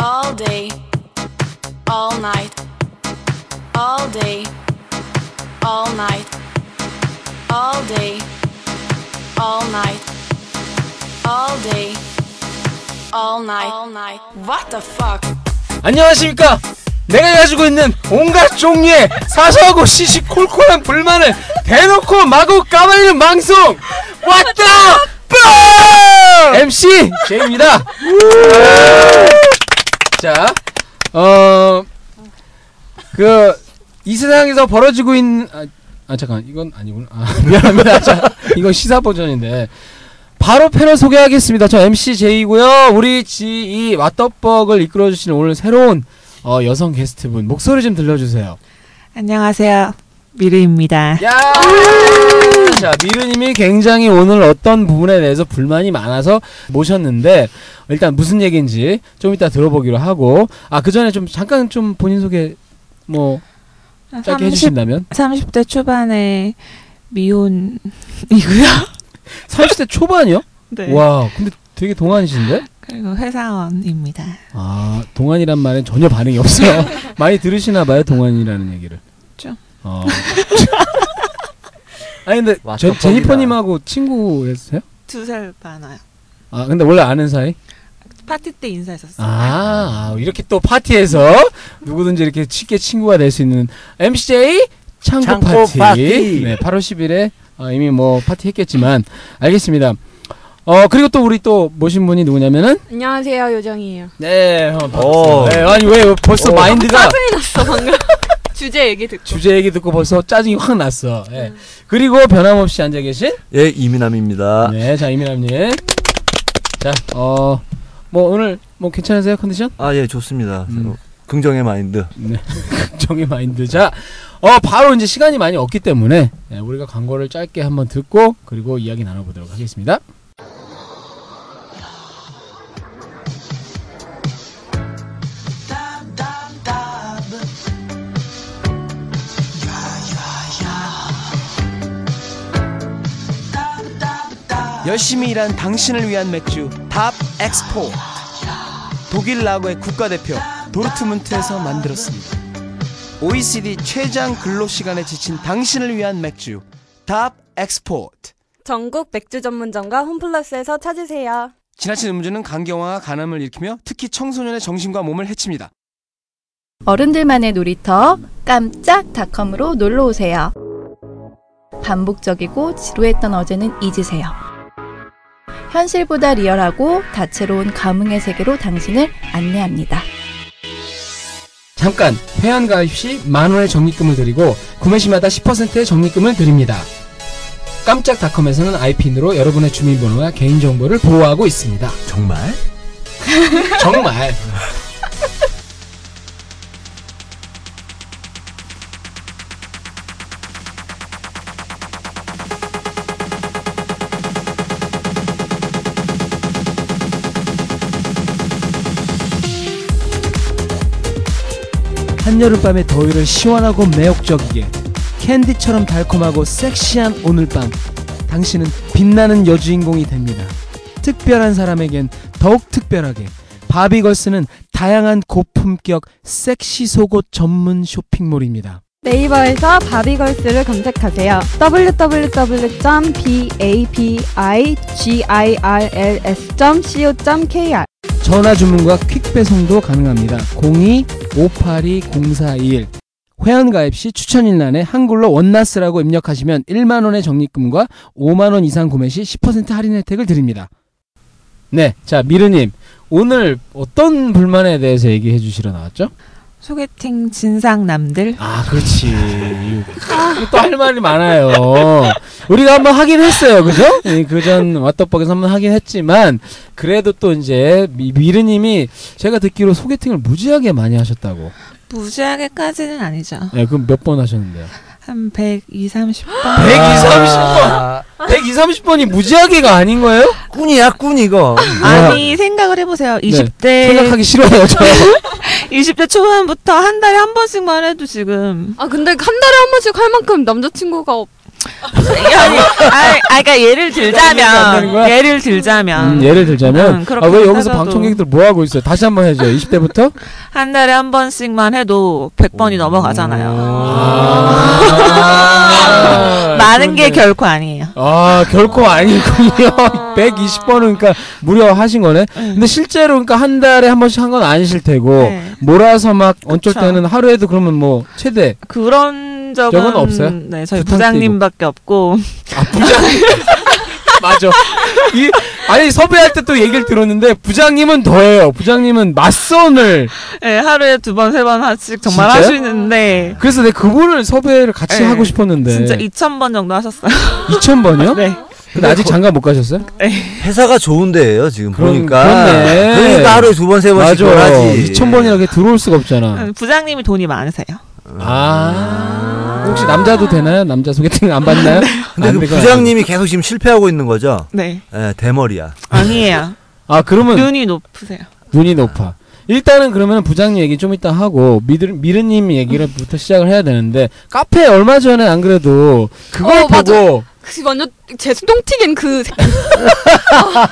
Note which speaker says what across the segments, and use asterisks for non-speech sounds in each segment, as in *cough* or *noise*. Speaker 1: all day, all night, all day, all night, all day, all night, all day, all night, all night. What the fuck?
Speaker 2: 안녕하십니까 내가 가지고 있는 온갖 종류의 사소하고 시시콜콜한 불만을 대놓고 마구 까발리는 방송 왔다 MC 제입니다 자어그 그, 이 세상에서 벌어지고 있는 아, 아 잠깐 이건 아니구나 아, 미안합니다 자, 이건 시사 버전인데 바로 패널 소개하겠습니다. 저 MC 제이고요. 우리 지이 왓더벅을 이끌어주시는 오늘 새로운 어, 여성 게스트분 목소리 좀 들려주세요.
Speaker 3: 안녕하세요. 미르입니다.
Speaker 2: 야! 자 미르님이 굉장히 오늘 어떤 부분에 대해서 불만이 많아서 모셨는데 일단 무슨 얘기인지 좀 이따 들어보기로 하고 아 그 전에 좀 잠깐 좀 본인 소개 뭐 짧게
Speaker 3: 30,
Speaker 2: 해주신다면
Speaker 3: 30대 초반에
Speaker 2: *laughs*
Speaker 3: 미혼이고요.
Speaker 2: 30대 초반이요?
Speaker 3: 네.
Speaker 2: 와 근데 되게 동안이신데?
Speaker 3: 그리고 회사원입니다.
Speaker 2: 아 동안이란 말에 전혀 반응이 없어요. 많이 들으시나 봐요 동안이라는 얘기를.
Speaker 3: 좀.
Speaker 2: 어. *laughs* 아니 근데
Speaker 4: 와,
Speaker 2: 제,
Speaker 4: 떡볶이다.
Speaker 2: 제니퍼님하고 친구였어요?
Speaker 3: 두 살 많아요.
Speaker 2: 아 근데 원래 아는 사이?
Speaker 3: 파티 때 인사했었어요.
Speaker 2: 아, 아 이렇게 또 파티에서 누구든지 이렇게 쉽게 친구가 될 수 있는 MCJ 창고,
Speaker 4: 창고
Speaker 2: 파티.
Speaker 4: 파티.
Speaker 2: 네 8월 10일에 어, 이미 뭐 파티 했겠지만 알겠습니다. 어 그리고 또 우리 또 모신 분이 누구냐면은
Speaker 5: 안녕하세요
Speaker 2: *laughs*
Speaker 5: 요정이에요.
Speaker 2: 네,
Speaker 4: 오.
Speaker 2: 네 아니 왜 벌써
Speaker 4: 오.
Speaker 2: 마인드가
Speaker 5: 났어 방금 주제 얘기 듣고.
Speaker 2: 주제 얘기 듣고 벌써 짜증이 확 났어. 예. 그리고 변함없이 앉아 계신
Speaker 4: 예, 이민함입니다.
Speaker 2: 네, 자 이민아님. 자, 어, 뭐 오늘 뭐 괜찮으세요 컨디션? *laughs*
Speaker 4: 아, 예, 좋습니다.
Speaker 2: 음.
Speaker 4: 긍정의 마인드.
Speaker 2: 정의 마인드. 자, 어 바로 이제 시간이 많이 없기 때문에 예, 우리가 광고를 짧게 한번 듣고 그리고 이야기 나눠보도록 하겠습니다.
Speaker 6: 열심히 일한 당신을 위한 맥주 답 엑스포 독일 라거의 국가대표 도르트문트에서 만들었습니다 OECD 최장 근로시간에 지친 당신을 위한 맥주 답 엑스포트
Speaker 5: 전국 맥주 전문점과 홈플러스에서 찾으세요.
Speaker 6: 지나친 음주는 간경화와 간암을 일으키며 특히 청소년의 정신과 몸을 해칩니다
Speaker 7: 어른들만의 놀이터 깜짝닷컴으로 놀러 오세요. 반복적이고 지루했던 어제는 잊으세요. 현실보다 리얼하고 다채로운 감흥의 세계로 당신을 안내합니다.
Speaker 2: 잠깐 회원 가입 시 만 원의 적립금을 드리고 구매 시마다 10%의 적립금을 드립니다. 깜짝닷컴에서는 아이핀으로 여러분의 주민번호와 개인정보를 보호하고 있습니다.
Speaker 4: 정말?
Speaker 2: 정말. 한여름밤의 더위를 시원하고 매혹적이게 캔디처럼 달콤하고 섹시한 오늘밤 당신은 빛나는 여주인공이 됩니다. 특별한 사람에겐 더욱 특별하게 바비걸스는 다양한 고품격 섹시 속옷 전문 쇼핑몰입니다.
Speaker 5: 네이버에서 바비걸스를 검색하세요. www.babigirls.co.kr
Speaker 2: 전화 주문과 퀵 배송도 가능합니다. 02-582-0421 회원 가입 시 추천일란에 한글로 원나스라고 입력하시면 1만 원의 적립금과 5만 원 이상 구매 시 10% 할인 혜택을 드립니다. 네, 자 미르님 오늘 어떤 불만에 대해서 얘기해 주시러 나왔죠?
Speaker 3: 소개팅 진상남들.
Speaker 2: 아, 그렇지. 아. 또 할 말이 많아요. 우리가 한번 하긴 했어요. 그죠? 그전 왓더벅에서 한번 하긴 했지만, 그래도 또 이제 미, 미르님이 제가 듣기로 소개팅을 무지하게 많이 하셨다고.
Speaker 3: 무지하게까지는 아니죠.
Speaker 2: 예, 그럼 몇 번 하셨는데요?
Speaker 3: 한 120,
Speaker 2: 아.
Speaker 3: 30번.
Speaker 2: 120, 30번! 120, 아. 30번이 무지하게가 아닌 거예요?
Speaker 4: 아,
Speaker 2: 네.
Speaker 4: 꾼이야, 꾼, 이거.
Speaker 3: 아니 생각을 해보세요. 20대 음.
Speaker 2: 생각하기 싫어요, 저.
Speaker 3: 20대 초반부터 한 달에 한 번씩만 해도 지금
Speaker 5: 아 근데 한 달에 한 번씩 할 만큼 남자친구가 없...
Speaker 3: 아니, 아, 아, 그러니까 예를
Speaker 2: 안 되는
Speaker 3: 들자면
Speaker 2: 거야?
Speaker 3: 예를 들자면
Speaker 2: 음, 예를 들자면
Speaker 3: 음, 그렇게
Speaker 2: 아, 왜 여기서
Speaker 3: 따져도-
Speaker 2: 방청객들 뭐 하고 있어요? 다시 한번 해줘. 20대부터?
Speaker 3: 한 달에 한 번씩만 해도 100번이 넘어가잖아요.
Speaker 2: 아,
Speaker 3: *laughs* 많은 게
Speaker 2: 그런데-
Speaker 3: 결코 아니에요.
Speaker 2: 아 결코 아니군요. *laughs* 120번은 그러니까 무려 하신 거네. 근데 실제로 그러니까 한 달에 한 번씩 한 건 아니실 테고
Speaker 3: 네.
Speaker 2: 몰아서 막 어쩔
Speaker 3: 그쵸.
Speaker 2: 때는 하루에도 그러면 뭐 최대
Speaker 3: 그런 적은
Speaker 2: 적은 없어요?
Speaker 3: 네, 저희
Speaker 2: 부탁드리고.
Speaker 3: 부장님밖에 없고
Speaker 2: 아 부장 *laughs* 맞아. 이 아니 섭외할 때 또 얘기를 들었는데 부장님은 더해요. 부장님은 맞선을
Speaker 3: 네, 하루에 두 번, 세 번 하씩 정말
Speaker 2: 진짜요?
Speaker 3: 하시는데
Speaker 2: 그래서 내 그분을 섭외를 같이
Speaker 3: 네.
Speaker 2: 하고 싶었는데
Speaker 3: 진짜 2,000번 정도 하셨어요.
Speaker 2: 2,000번이요?
Speaker 3: 네.
Speaker 2: 근데 아직 장가 못 가셨어요?
Speaker 4: 회사가 좋은데요 지금
Speaker 2: 그런-
Speaker 4: 보니까.
Speaker 2: 그렇네.
Speaker 4: 그러니까 하루에 두 번 세 번씩
Speaker 2: 맞아.
Speaker 4: 하지. 예.
Speaker 2: 2,000번이라게 들어올 수가
Speaker 3: 네.
Speaker 2: 없잖아.
Speaker 3: *laughs* 부장님이 돈이 많으세요.
Speaker 2: 아. 혹시 남자도 되나요? 남자 소개팅 안 받나요?
Speaker 4: 근데
Speaker 2: 안
Speaker 4: 그
Speaker 2: 되거나
Speaker 4: 부장님이 계속 지금 실패하고 있는 거죠.
Speaker 3: 네.
Speaker 4: 예, 대머리야.
Speaker 3: 아니에요.
Speaker 2: 아 그러면
Speaker 3: 눈이 높으세요.
Speaker 2: 눈이 높아. 일단은 그러면 부장님 얘기 좀 이따 하고 미드, 미르님 얘기를부터 시작을 해야 되는데 카페 얼마 전에 안 그래도 그러니까 그걸
Speaker 8: 어, 맞아.
Speaker 2: 보고
Speaker 8: 그 완전 제 똥튀긴 그 새끼.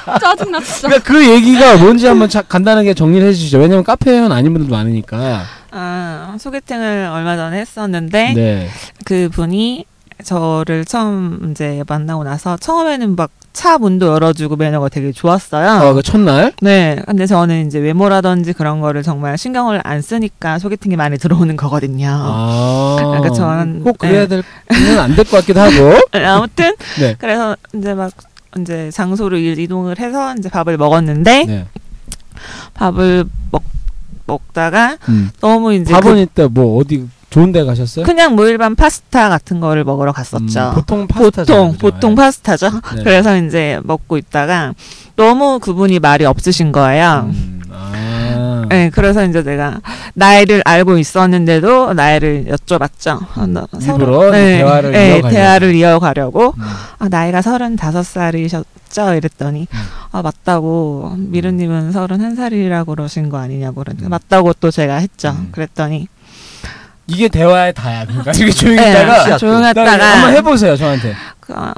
Speaker 8: 아, 짜증나 진짜.
Speaker 2: 그러니까 그 얘기가 뭔지 한번 자, 간단하게 정리를 해주시죠. 왜냐면 카페 회원 아닌 분들도 많으니까.
Speaker 3: 아, 소개팅을 얼마 전에 했었는데
Speaker 2: 네.
Speaker 3: 그 분이 저를 처음 이제 만나고 나서 처음에는 막 차 문도 열어주고 매너가 되게 좋았어요.
Speaker 2: 아, 그 첫날?
Speaker 3: 네. 근데 저는 이제 외모라든지 그런 거를 정말 신경을 안 쓰니까 소개팅이 많이 들어오는 거거든요.
Speaker 2: 아.
Speaker 3: 그러니까 저는-
Speaker 2: 꼭 그래야
Speaker 3: 네.
Speaker 2: 될, 는 안 될 것 같기도 하고.
Speaker 3: 아. 무튼
Speaker 2: *laughs* 네.
Speaker 3: 그래서 이제 막 이제 장소로 이- 이동을 해서 이제 밥을 먹었는데
Speaker 2: 네.
Speaker 3: 밥을 먹 먹다가
Speaker 2: 음.
Speaker 3: 너무 이제
Speaker 2: 밥은 이따 뭐 어디 좋은 데 가셨어요?
Speaker 3: 그, 냥뭐 일반 파스타 같은 거를 먹으러 갔었죠.
Speaker 2: 음, 보통 파스타죠.
Speaker 3: 보통
Speaker 2: 그죠?
Speaker 3: 보통
Speaker 2: 네.
Speaker 3: 파스타죠.
Speaker 2: 네.
Speaker 3: 그래서 이제 먹고 있다가 너무 그분이 말이 없으신 거예요.
Speaker 2: 음, 아.
Speaker 3: 네, 그래서 이제 내가 나이를 알고 있었는데도 나이를 여쭤봤죠. 아, 나
Speaker 2: 일부러 대화를
Speaker 3: 네,
Speaker 2: 이어가려고.
Speaker 3: 대화를 이어가려고.
Speaker 2: 음.
Speaker 3: 아, 나이가 서른다섯 살이셨죠? 이랬더니
Speaker 2: 음.
Speaker 3: 아 맞다고 미르님은 서른한 살이라고 그러신 거 아니냐고 그랬더니
Speaker 2: 음.
Speaker 3: 맞다고 또 제가 했죠.
Speaker 2: 음.
Speaker 3: 그랬더니
Speaker 2: 이게 대화의 다야. 그러니까 이게 조용히
Speaker 3: 네,
Speaker 2: 있다가
Speaker 3: 조용했다가
Speaker 2: 한번 해보세요 저한테.
Speaker 3: 그, 아,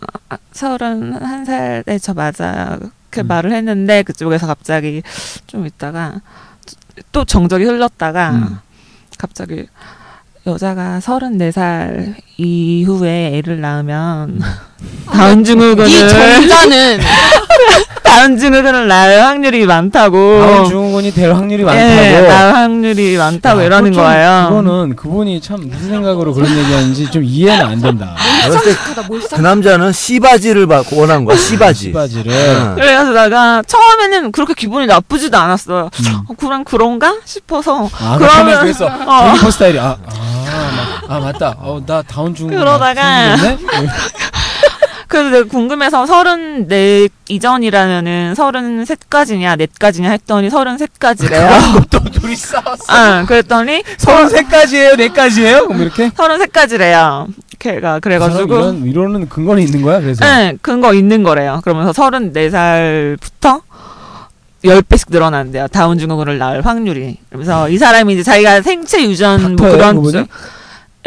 Speaker 3: 서른 한 살에 저 맞아 그
Speaker 2: 음.
Speaker 3: 말을 했는데 그쪽에서 갑자기 좀 있다가 또 정적이 흘렀다가
Speaker 2: 음.
Speaker 3: 갑자기 여자가 서른네 살 이후에 애를
Speaker 2: 음.
Speaker 3: 낳으면 다운
Speaker 8: 아, 네. 이
Speaker 3: 증후군을
Speaker 8: 정자는
Speaker 3: *laughs* 다운 증후군을 낳을 확률이 많다고
Speaker 2: 다음 중후군이 될 확률이 많다고.
Speaker 3: 예, 낳을 어. 확률이 많다고
Speaker 2: 야, 그렇죠.
Speaker 3: 이러는
Speaker 2: 그거 좀-
Speaker 3: 거예요.
Speaker 2: 그거는 그분이 참 무슨 생각으로 그런 얘기하는지 좀 이해는 안
Speaker 3: *laughs*
Speaker 2: 된다.
Speaker 3: 아,
Speaker 4: 그래서
Speaker 8: 하다
Speaker 4: 그
Speaker 8: 몰상.
Speaker 4: 남자는 씨바지를 받고 원한 거야. 씨바지. 예.
Speaker 2: 씨바지를. 네.
Speaker 4: 응.
Speaker 3: 그래서 내가 처음에는 그렇게 기분이 나쁘지도 않았어요.
Speaker 2: 음.
Speaker 3: 어, 그냥 그런가 싶어서
Speaker 2: 아,
Speaker 3: 그러면-
Speaker 2: 그러면 그래서
Speaker 3: 어.
Speaker 2: 유니폼 스타일이 아, 아, 마- 아 맞다. 어, 나 다운 중.
Speaker 3: 그러다가- *laughs*
Speaker 2: 생겼네?
Speaker 3: 그래서 내가 궁금해서 34 이전이라면은 33까지냐, 넷까지냐
Speaker 2: *laughs*
Speaker 3: 했더니 33까지래요.
Speaker 2: 또 둘이 싸웠어.
Speaker 3: 응, 그랬더니
Speaker 2: 서른 세까지예요, 네까지예요? 그럼 이렇게.
Speaker 3: 33까지래요. 걔가 그래가지고
Speaker 2: 이런 이론은 근거는 있는 거야. 그래서.
Speaker 3: 네, 근거 있는 거래요. 그러면서 34살부터 10배씩 늘어난대요. 다운 증후군을 낳을 확률이. 그러면서 이 사람이 이제 자기가 생체 유전 뭐
Speaker 2: 닥터예요,
Speaker 3: 그런
Speaker 2: 그분이?
Speaker 3: 주-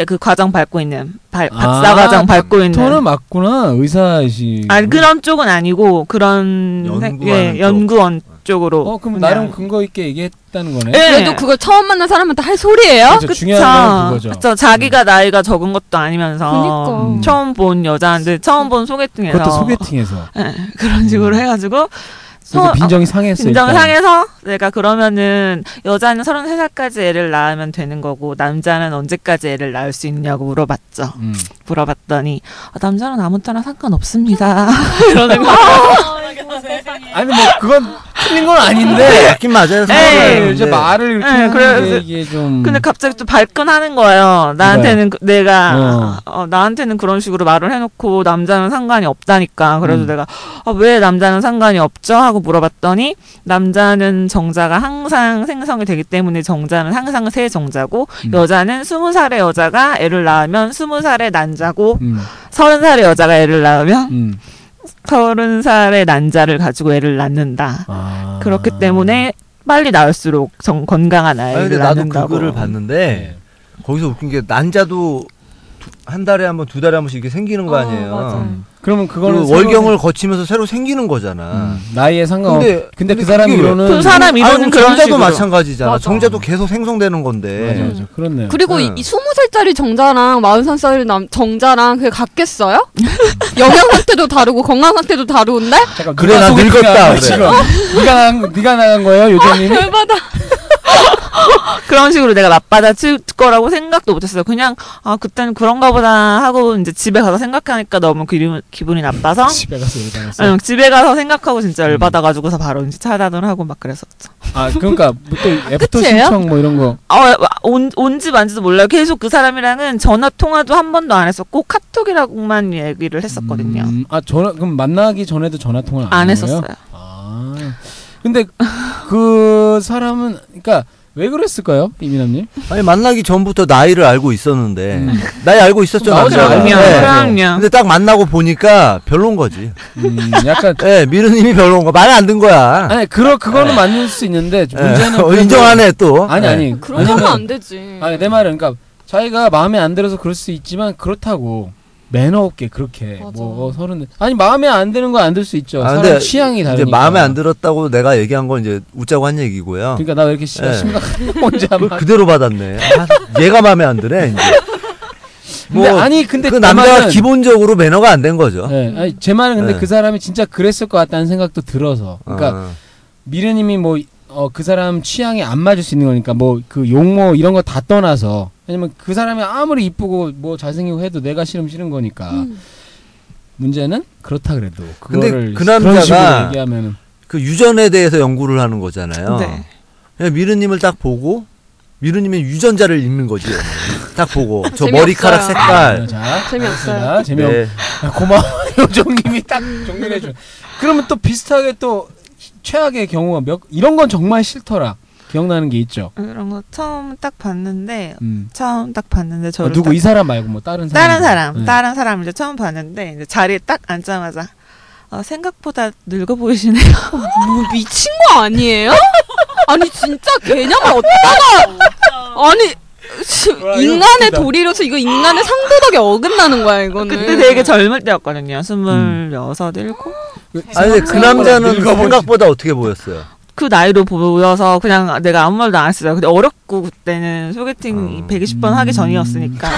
Speaker 3: 예, 그 과정 밟고 있는 발,
Speaker 2: 아,
Speaker 3: 박사 과정 밟고 있는
Speaker 2: 저는 맞구나 의사이시.
Speaker 3: 아 그런 쪽은 아니고 그런
Speaker 4: 연구하는
Speaker 3: 예,
Speaker 4: 쪽.
Speaker 3: 연구원 쪽으로
Speaker 2: 어 그럼
Speaker 3: 그냥-
Speaker 2: 나름 근거 있게 얘기했다는 거네.
Speaker 3: 예.
Speaker 8: 그래도 그걸 처음 만난 사람한테 할 소리예요?
Speaker 2: 그렇죠.
Speaker 3: 그쵸.
Speaker 2: 중요한 건 그거죠. 네.
Speaker 3: 그쵸. 자기가 나이가 적은 것도 아니면서
Speaker 8: 그니까.
Speaker 2: 음.
Speaker 3: 처음 본 여자한테 처음 본 소개팅에서
Speaker 2: 그것도 소개팅에서. 음.
Speaker 3: 예, *laughs* 그런 식으로 해가지고
Speaker 2: 그래서
Speaker 3: 서-
Speaker 2: 빈정이 상했어. 일단.
Speaker 3: 빈정상에서 내가 그러면은 여자는 33살까지 애를 낳으면 되는 거고 남자는 언제까지 애를 낳을 수 있냐고 물어봤죠.
Speaker 2: 음.
Speaker 3: 물어봤더니 아, 남자는 아무 때나 상관없습니다. 이러는 거.
Speaker 5: 아,
Speaker 2: 아니 뭐 그건 틀린 건 아닌데.
Speaker 4: 맞긴 맞아요.
Speaker 2: 네,
Speaker 4: 상관없는데.
Speaker 2: 이제 말을 이렇게
Speaker 3: 네,
Speaker 2: 하는
Speaker 3: 그래서-
Speaker 2: 게 이게 좀.
Speaker 3: 근데 갑자기 또 발끈하는 거예요. 나한테는 그-
Speaker 2: 네.
Speaker 3: 내가 어, 나한테는 그런 식으로 말을 해놓고 남자는 상관이 없다니까. 그래서
Speaker 2: 음.
Speaker 3: 내가 아, 왜 남자는 상관이 없죠? 하고 물어봤더니 남자는 정자가 항상 생성이 되기 때문에 정자는 항상 새 정자고
Speaker 2: 음.
Speaker 3: 여자는 스무 살의 여자가 애를 낳으면 스무 살의 난자고
Speaker 2: 음,
Speaker 3: 서른 살의 여자가 애를 낳으면
Speaker 2: 음.
Speaker 3: 서른 살의 난자를 가지고 애를 낳는다.
Speaker 2: 아.
Speaker 3: 그렇기 때문에 빨리 낳을수록 정, 건강한
Speaker 4: 아니,
Speaker 3: 아이를
Speaker 4: 근데 나도 그 네.
Speaker 3: 낳는다고.
Speaker 4: 그거를 봤는데
Speaker 2: 네.
Speaker 4: 거기서 웃긴 게 난자도 두- 한 달에 한 번, 두 달에 한 번씩 이렇게 생기는 거
Speaker 5: 어,
Speaker 4: 아니에요.
Speaker 5: 맞아요.
Speaker 2: 음. 그러면
Speaker 4: 그
Speaker 2: 그거는 새로운-
Speaker 4: 월경을 거치면서 새로 생기는 거잖아.
Speaker 2: 음, 나이에 상관없. 근데,
Speaker 4: 근데-
Speaker 2: 근데 그
Speaker 4: 근데
Speaker 2: 사람
Speaker 4: 그게 왜?
Speaker 2: 이론은
Speaker 3: 그 사람 이론은
Speaker 4: 아니,
Speaker 3: 그런
Speaker 4: 정자도
Speaker 3: 식으로.
Speaker 4: 마찬가지잖아.
Speaker 8: 맞아.
Speaker 4: 정자도 계속 생성되는
Speaker 2: 맞아,
Speaker 4: 건데.
Speaker 2: 맞아. 그렇네요.
Speaker 8: 그리고 이,
Speaker 4: 네.
Speaker 8: 이 20살짜리 정자랑 43살짜리 남, 정자랑 그게 같겠어요? *laughs* 영양 상태도 다르고 건강 상태도 다른데?
Speaker 2: 잠깐,
Speaker 4: 그래,
Speaker 2: 누가
Speaker 4: 나
Speaker 2: 소개팅을
Speaker 4: 늙었다,
Speaker 2: 한 거야,
Speaker 4: 그래.
Speaker 2: 지금?
Speaker 3: 어?
Speaker 2: 네가 나간 네가 나간 거예요, 요정님이? *laughs*
Speaker 8: 열받아.
Speaker 3: 그런 식으로 내가 맞받아칠 거라고 생각도 못했어요. 그냥 아 그때는 그런가 보다 하고 이제 집에 가서 생각하니까 너무 기분, 기분이 나빠서
Speaker 2: 집에 가서 일 당했어.
Speaker 3: 응, 집에 가서 생각하고 진짜 열받아가지고서 바로 이제 차단을 하고 막 그랬었죠. 어,
Speaker 2: 아 그러니까
Speaker 3: *laughs*
Speaker 2: 뭐또 애프터
Speaker 8: 끝이에요?
Speaker 2: 신청 뭐 이런 거.
Speaker 3: 어온온지 만지도 몰라요. 계속 그 사람이랑은 전화 통화도 한 번도 안 했었고 카톡이라고만 얘기를 했었거든요.
Speaker 2: 음, 아 전화 그럼 만나기 전에도 전화 통화 안,
Speaker 3: 안
Speaker 2: 한
Speaker 3: 했었어요.
Speaker 2: 거예요? 아 근데 그 사람은 그러니까 왜 그랬을까요, 이민아님?
Speaker 4: 아니, 만나기 전부터 나이를 알고 있었는데.
Speaker 2: 음.
Speaker 4: 나이 알고 있었죠,
Speaker 2: 그럼 나오지
Speaker 4: 남자가.
Speaker 2: 않냐.
Speaker 4: 네.
Speaker 2: 그럼-
Speaker 3: 어, 그럼요.
Speaker 4: 근데 딱 만나고 보니까 별론 거지.
Speaker 2: 음,
Speaker 4: *laughs*
Speaker 2: 약간
Speaker 4: 예, 미르님이 별론 거. 말이 안 든 거야.
Speaker 2: 아니 그러 그거는 맞을 수 있는데
Speaker 4: 예.
Speaker 2: 문제는
Speaker 4: 네. 어,
Speaker 2: 그래도-
Speaker 4: *laughs* 인정하네, 또.
Speaker 2: 아니
Speaker 4: 예.
Speaker 2: 아니
Speaker 8: 그런 거 하면 안 되지.
Speaker 2: 아니 내 말은 그러니까 자기가 마음에 안 들어서 그럴 수 있지만 그렇다고 매너 없게 그렇게
Speaker 8: 맞아.
Speaker 2: 뭐 서른 아니 마음에 안 드는 건 안 들 수 있죠.
Speaker 4: 아,
Speaker 2: 사람
Speaker 4: 근데
Speaker 2: 취향이
Speaker 4: 이제
Speaker 2: 다르니까.
Speaker 4: 마음에 안 들었다고 내가 얘기한 건 이제 웃자고 한 얘기고요.
Speaker 2: 그러니까 나 왜 이렇게 *laughs* 심-
Speaker 4: 예.
Speaker 2: 심각한 건지 한
Speaker 4: 그걸
Speaker 2: 번.
Speaker 4: 그대로 받았네. 아, 얘가 마음에 안 드네. 이제.
Speaker 2: 근데 아니 근데
Speaker 4: 그
Speaker 2: 다만은-
Speaker 4: 남자가 기본적으로 매너가 안 된 거죠.
Speaker 2: 예, 아니, 제 말은 근데
Speaker 4: 예.
Speaker 2: 그 사람이 진짜 그랬을 것 같다는 생각도 들어서. 그러니까
Speaker 4: 어.
Speaker 2: 미르님이 뭐 그 사람 취향에 안 맞을 수 있는 거니까 뭐 그 용모 이런 거 다 떠나서 왜냐면 그 사람이 아무리 이쁘고 뭐 잘생기고 해도 내가 싫으면 싫은 거니까 문제는 그렇다 그래도
Speaker 4: 근데
Speaker 2: 그거를
Speaker 4: 그
Speaker 2: 런 식으로
Speaker 4: 남자가
Speaker 2: 얘기하면은
Speaker 4: 그 유전에 대해서 연구를 하는 거잖아요.
Speaker 3: 네.
Speaker 4: 그냥 미르님을 딱 보고 미르님의 유전자를 읽는 거지. 딱 보고 저
Speaker 8: 재미없어요.
Speaker 4: 머리카락 색깔.
Speaker 2: 자
Speaker 8: 재미없어요.
Speaker 2: 자, 재미없
Speaker 4: 네.
Speaker 2: 아, 고마워 요정님이 *laughs* 딱 정리해 줘. 그러면 또 비슷하게 또 최악의 경우가 몇 이런 건 정말 싫더라 기억나는 게 있죠.
Speaker 3: 이런 거 처음 딱 봤는데
Speaker 2: 음.
Speaker 3: 처음 딱 봤는데
Speaker 2: 어,
Speaker 3: 저를
Speaker 2: 누구
Speaker 3: 딱
Speaker 2: 이 사람 말고 뭐 다른 사람
Speaker 3: 다른 사람,
Speaker 2: 네.
Speaker 3: 다른 사람 이제 처음 봤는데 이제 자리에 딱 앉자마자 어, 생각보다 늙어 보이시네요.
Speaker 8: 뭐 미친 거 아니에요? 아니 진짜 개념을 어디다가 아니 씨,
Speaker 2: 와, 이거
Speaker 8: 인간의
Speaker 2: 웃기다.
Speaker 8: 도리로서 이거 인간의 상도덕에 어긋나는 거야 이거는.
Speaker 3: 그때 되게 젊을 때였거든요. 스물여섯, 일곱
Speaker 4: 아니 근데 그 남자는
Speaker 2: 읽어보지.
Speaker 4: 생각보다 어떻게 보였어요?
Speaker 3: 그 나이로 보여서 그냥 내가 아무 말도 안 했어요. 근데 어렵고 그때는 소개팅
Speaker 4: 음.
Speaker 3: 120번 하기 전이었으니까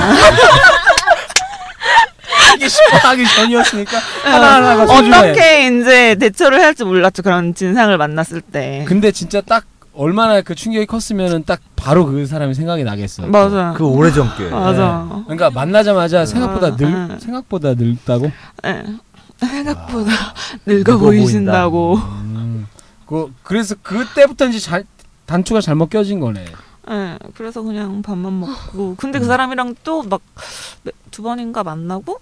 Speaker 2: 이게 *laughs* 심하기 전이었으니까 하나하나가 소중해.
Speaker 3: 네. *laughs* 어떻게 이제 대처를 해야 할지 몰랐죠. 그런 진상을 만났을 때.
Speaker 2: 근데 진짜 딱 얼마나 그 충격이 컸으면은 딱 바로 그 사람이 생각이 나겠어.
Speaker 3: 맞아.
Speaker 4: 그 오래전 게.
Speaker 3: 맞아.
Speaker 2: 그러니까 만나자마자 생각보다
Speaker 3: 아,
Speaker 2: 늘
Speaker 3: 아.
Speaker 2: 생각보다 늙다고.
Speaker 3: 예. 생각보다
Speaker 4: 늙어
Speaker 3: 늙어
Speaker 4: 보인다.
Speaker 3: 보이신다고.
Speaker 2: 음. 그 그래서 그때부터 이제 잘 단추가 잘못 껴진 거네.
Speaker 3: 예, 그래서 그냥
Speaker 8: 어.
Speaker 3: 밥만 먹고. 근데
Speaker 2: 음.
Speaker 3: 그 사람이랑 또 막 두 번인가 만나고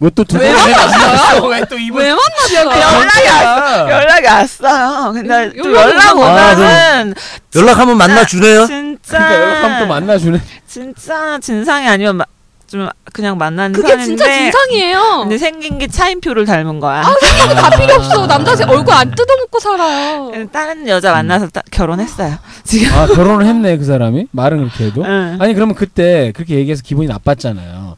Speaker 2: 왜또두 번을 *laughs* 만났어? 왜또 이번
Speaker 8: 왜 만났어?
Speaker 3: 연락이 왔,
Speaker 2: 연락
Speaker 3: 연락이 왔어요. 근데
Speaker 8: 음,
Speaker 3: 또
Speaker 8: 연락이
Speaker 3: 연락 오면은
Speaker 4: 연락하면 만나 주네요.
Speaker 3: 진짜
Speaker 2: 아, 네. 그러니까 연락하면 또 만나주네.
Speaker 3: 진짜 진상이 아니면 마, 좀 그냥 만나는
Speaker 8: 그게
Speaker 3: 사이인데
Speaker 8: 진짜 진상이에요. 아,
Speaker 3: 근데 아. 생긴 게 차인표를 닮은 거야.
Speaker 2: 다
Speaker 8: 필요 없어 남자들 얼굴 안 뜯어먹고 살아요.
Speaker 3: 다른 여자 만나서 따- 결혼했어요.
Speaker 2: *laughs*
Speaker 3: 지금.
Speaker 2: 아 결혼을 했네 그 사람이 말은 그렇게 해도.
Speaker 3: 응.
Speaker 2: 아니 그러면 그때 그렇게 얘기해서 기분이 나빴잖아요.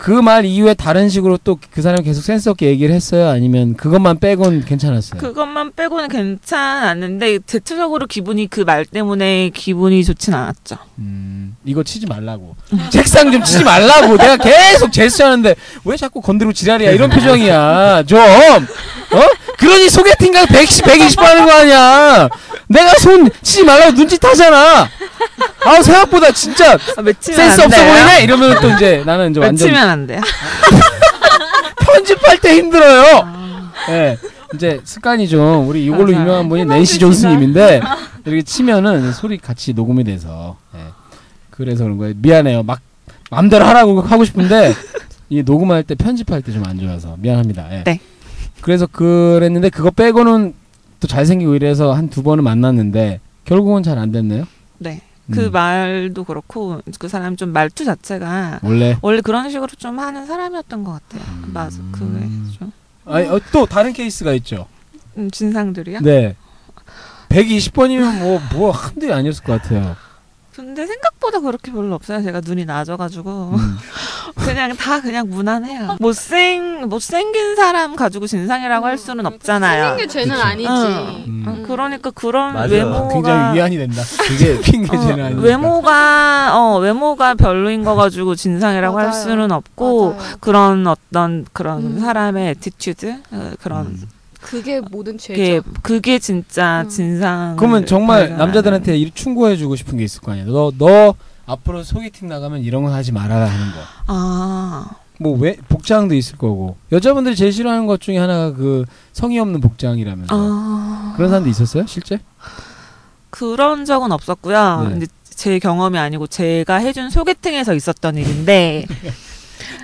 Speaker 2: 그 말 이후에 다른 식으로 또 그 사람이 계속 센스 없게 얘기를 했어요. 아니면 그것만 빼곤 괜찮았어요.
Speaker 3: 그것만 빼고는 괜찮았는데 대체적으로 기분이 그 말 때문에 기분이 좋진 않았죠.
Speaker 2: 음, 이거 치지 말라고. *laughs* 책상 좀 치지 말라고. 내가 계속 제스처하는데 왜 자꾸 건드리고 지랄이야. 이런 표정이야. 좀. 어? 그러니 소개팅 가서 110, 120번 하는 거 아니야. 내가 손 치지 말라고 눈짓하잖아. 아 생각보다 진짜
Speaker 3: 아, 맺히면
Speaker 2: 센스
Speaker 3: 안
Speaker 2: 없어
Speaker 3: 돼요?
Speaker 2: 보이네. 이러면 또 이제 나는 이제 완전
Speaker 3: 맺히면 안 돼요.
Speaker 2: 편집할 때 힘들어요. 예. 이제 습관이 좀 우리 이걸로
Speaker 3: 아. 맞아요.
Speaker 2: 유명한 분이 낸시 존스님인데 이렇게 치면은 소리 같이 녹음이 돼서 예. 그래서 그런 거예요. 미안해요. 막 마음대로 하라고 하고 싶은데 이 녹음할 때 편집할 때 좀 안 좋아서 미안합니다. 예.
Speaker 3: 네.
Speaker 2: 그래서 그랬는데 그거 빼고는 또 잘생기고 이래서 한 두 번은 만났는데 결국은 잘 안 됐네요.
Speaker 3: 네.
Speaker 2: 음,
Speaker 3: 그 말도 그렇고 그 사람 좀 말투 자체가
Speaker 2: 원래
Speaker 3: 원래 그런 식으로 좀 하는 사람이었던 것 같아요.
Speaker 2: 음.
Speaker 3: 맞아. 그게 좀
Speaker 2: 아니, 어, 또 다른 케이스가 있죠.
Speaker 3: 음, 진상들이요.
Speaker 2: 네. 120번이면 뭐 뭐 한두 개 아니었을 것 같아요.
Speaker 3: 근데 생각보다 생각보다 그렇게 별로 없어요. 제가 눈이 낮아가지고
Speaker 2: 음.
Speaker 3: *laughs* 그냥 다 그냥 무난해요. 못생 못생긴 사람 가지고 진상이라고 할 수는 없잖아요.
Speaker 8: 음. 생긴 게 죄는
Speaker 4: 그쵸.
Speaker 8: 아니지.
Speaker 3: 응.
Speaker 2: 음.
Speaker 3: 어, 그러니까 그런
Speaker 4: 맞아요.
Speaker 3: 외모가
Speaker 2: 굉장히 위안이 된다. *laughs*
Speaker 4: 그게
Speaker 2: 핑계
Speaker 3: 어,
Speaker 2: 제는 아니니까.
Speaker 3: 외모가 어 외모가 별로인 거 가지고 진상이라고 할
Speaker 8: 맞아요.
Speaker 3: 수는 없고
Speaker 8: 맞아요.
Speaker 3: 그런 어떤 그런
Speaker 8: 음.
Speaker 3: 사람의 애티튜드 어, 그런
Speaker 4: 음.
Speaker 8: 그게 모든 죄죠.
Speaker 3: 그게 그게 진짜
Speaker 8: 음.
Speaker 3: 진상
Speaker 2: 그러면
Speaker 3: 네.
Speaker 2: 정말 남자들한테 일 충고해 주고 싶은 게 있을 거 아니야. 너 너 앞으로 소개팅 나가면 이런 거 하지 말아라 하는 거.
Speaker 3: 아
Speaker 2: 뭐 왜 복장도 있을 거고. 여자분들이 제일 싫어하는 것 중에 하나가 그 성의 없는 복장이라면서.
Speaker 3: 아.
Speaker 2: 그런 사람도 있었어요? 실제?
Speaker 3: 그런 적은 없었고요.
Speaker 2: 네.
Speaker 3: 근데 제 경험이 아니고 제가 해준 소개팅에서 있었던 일인데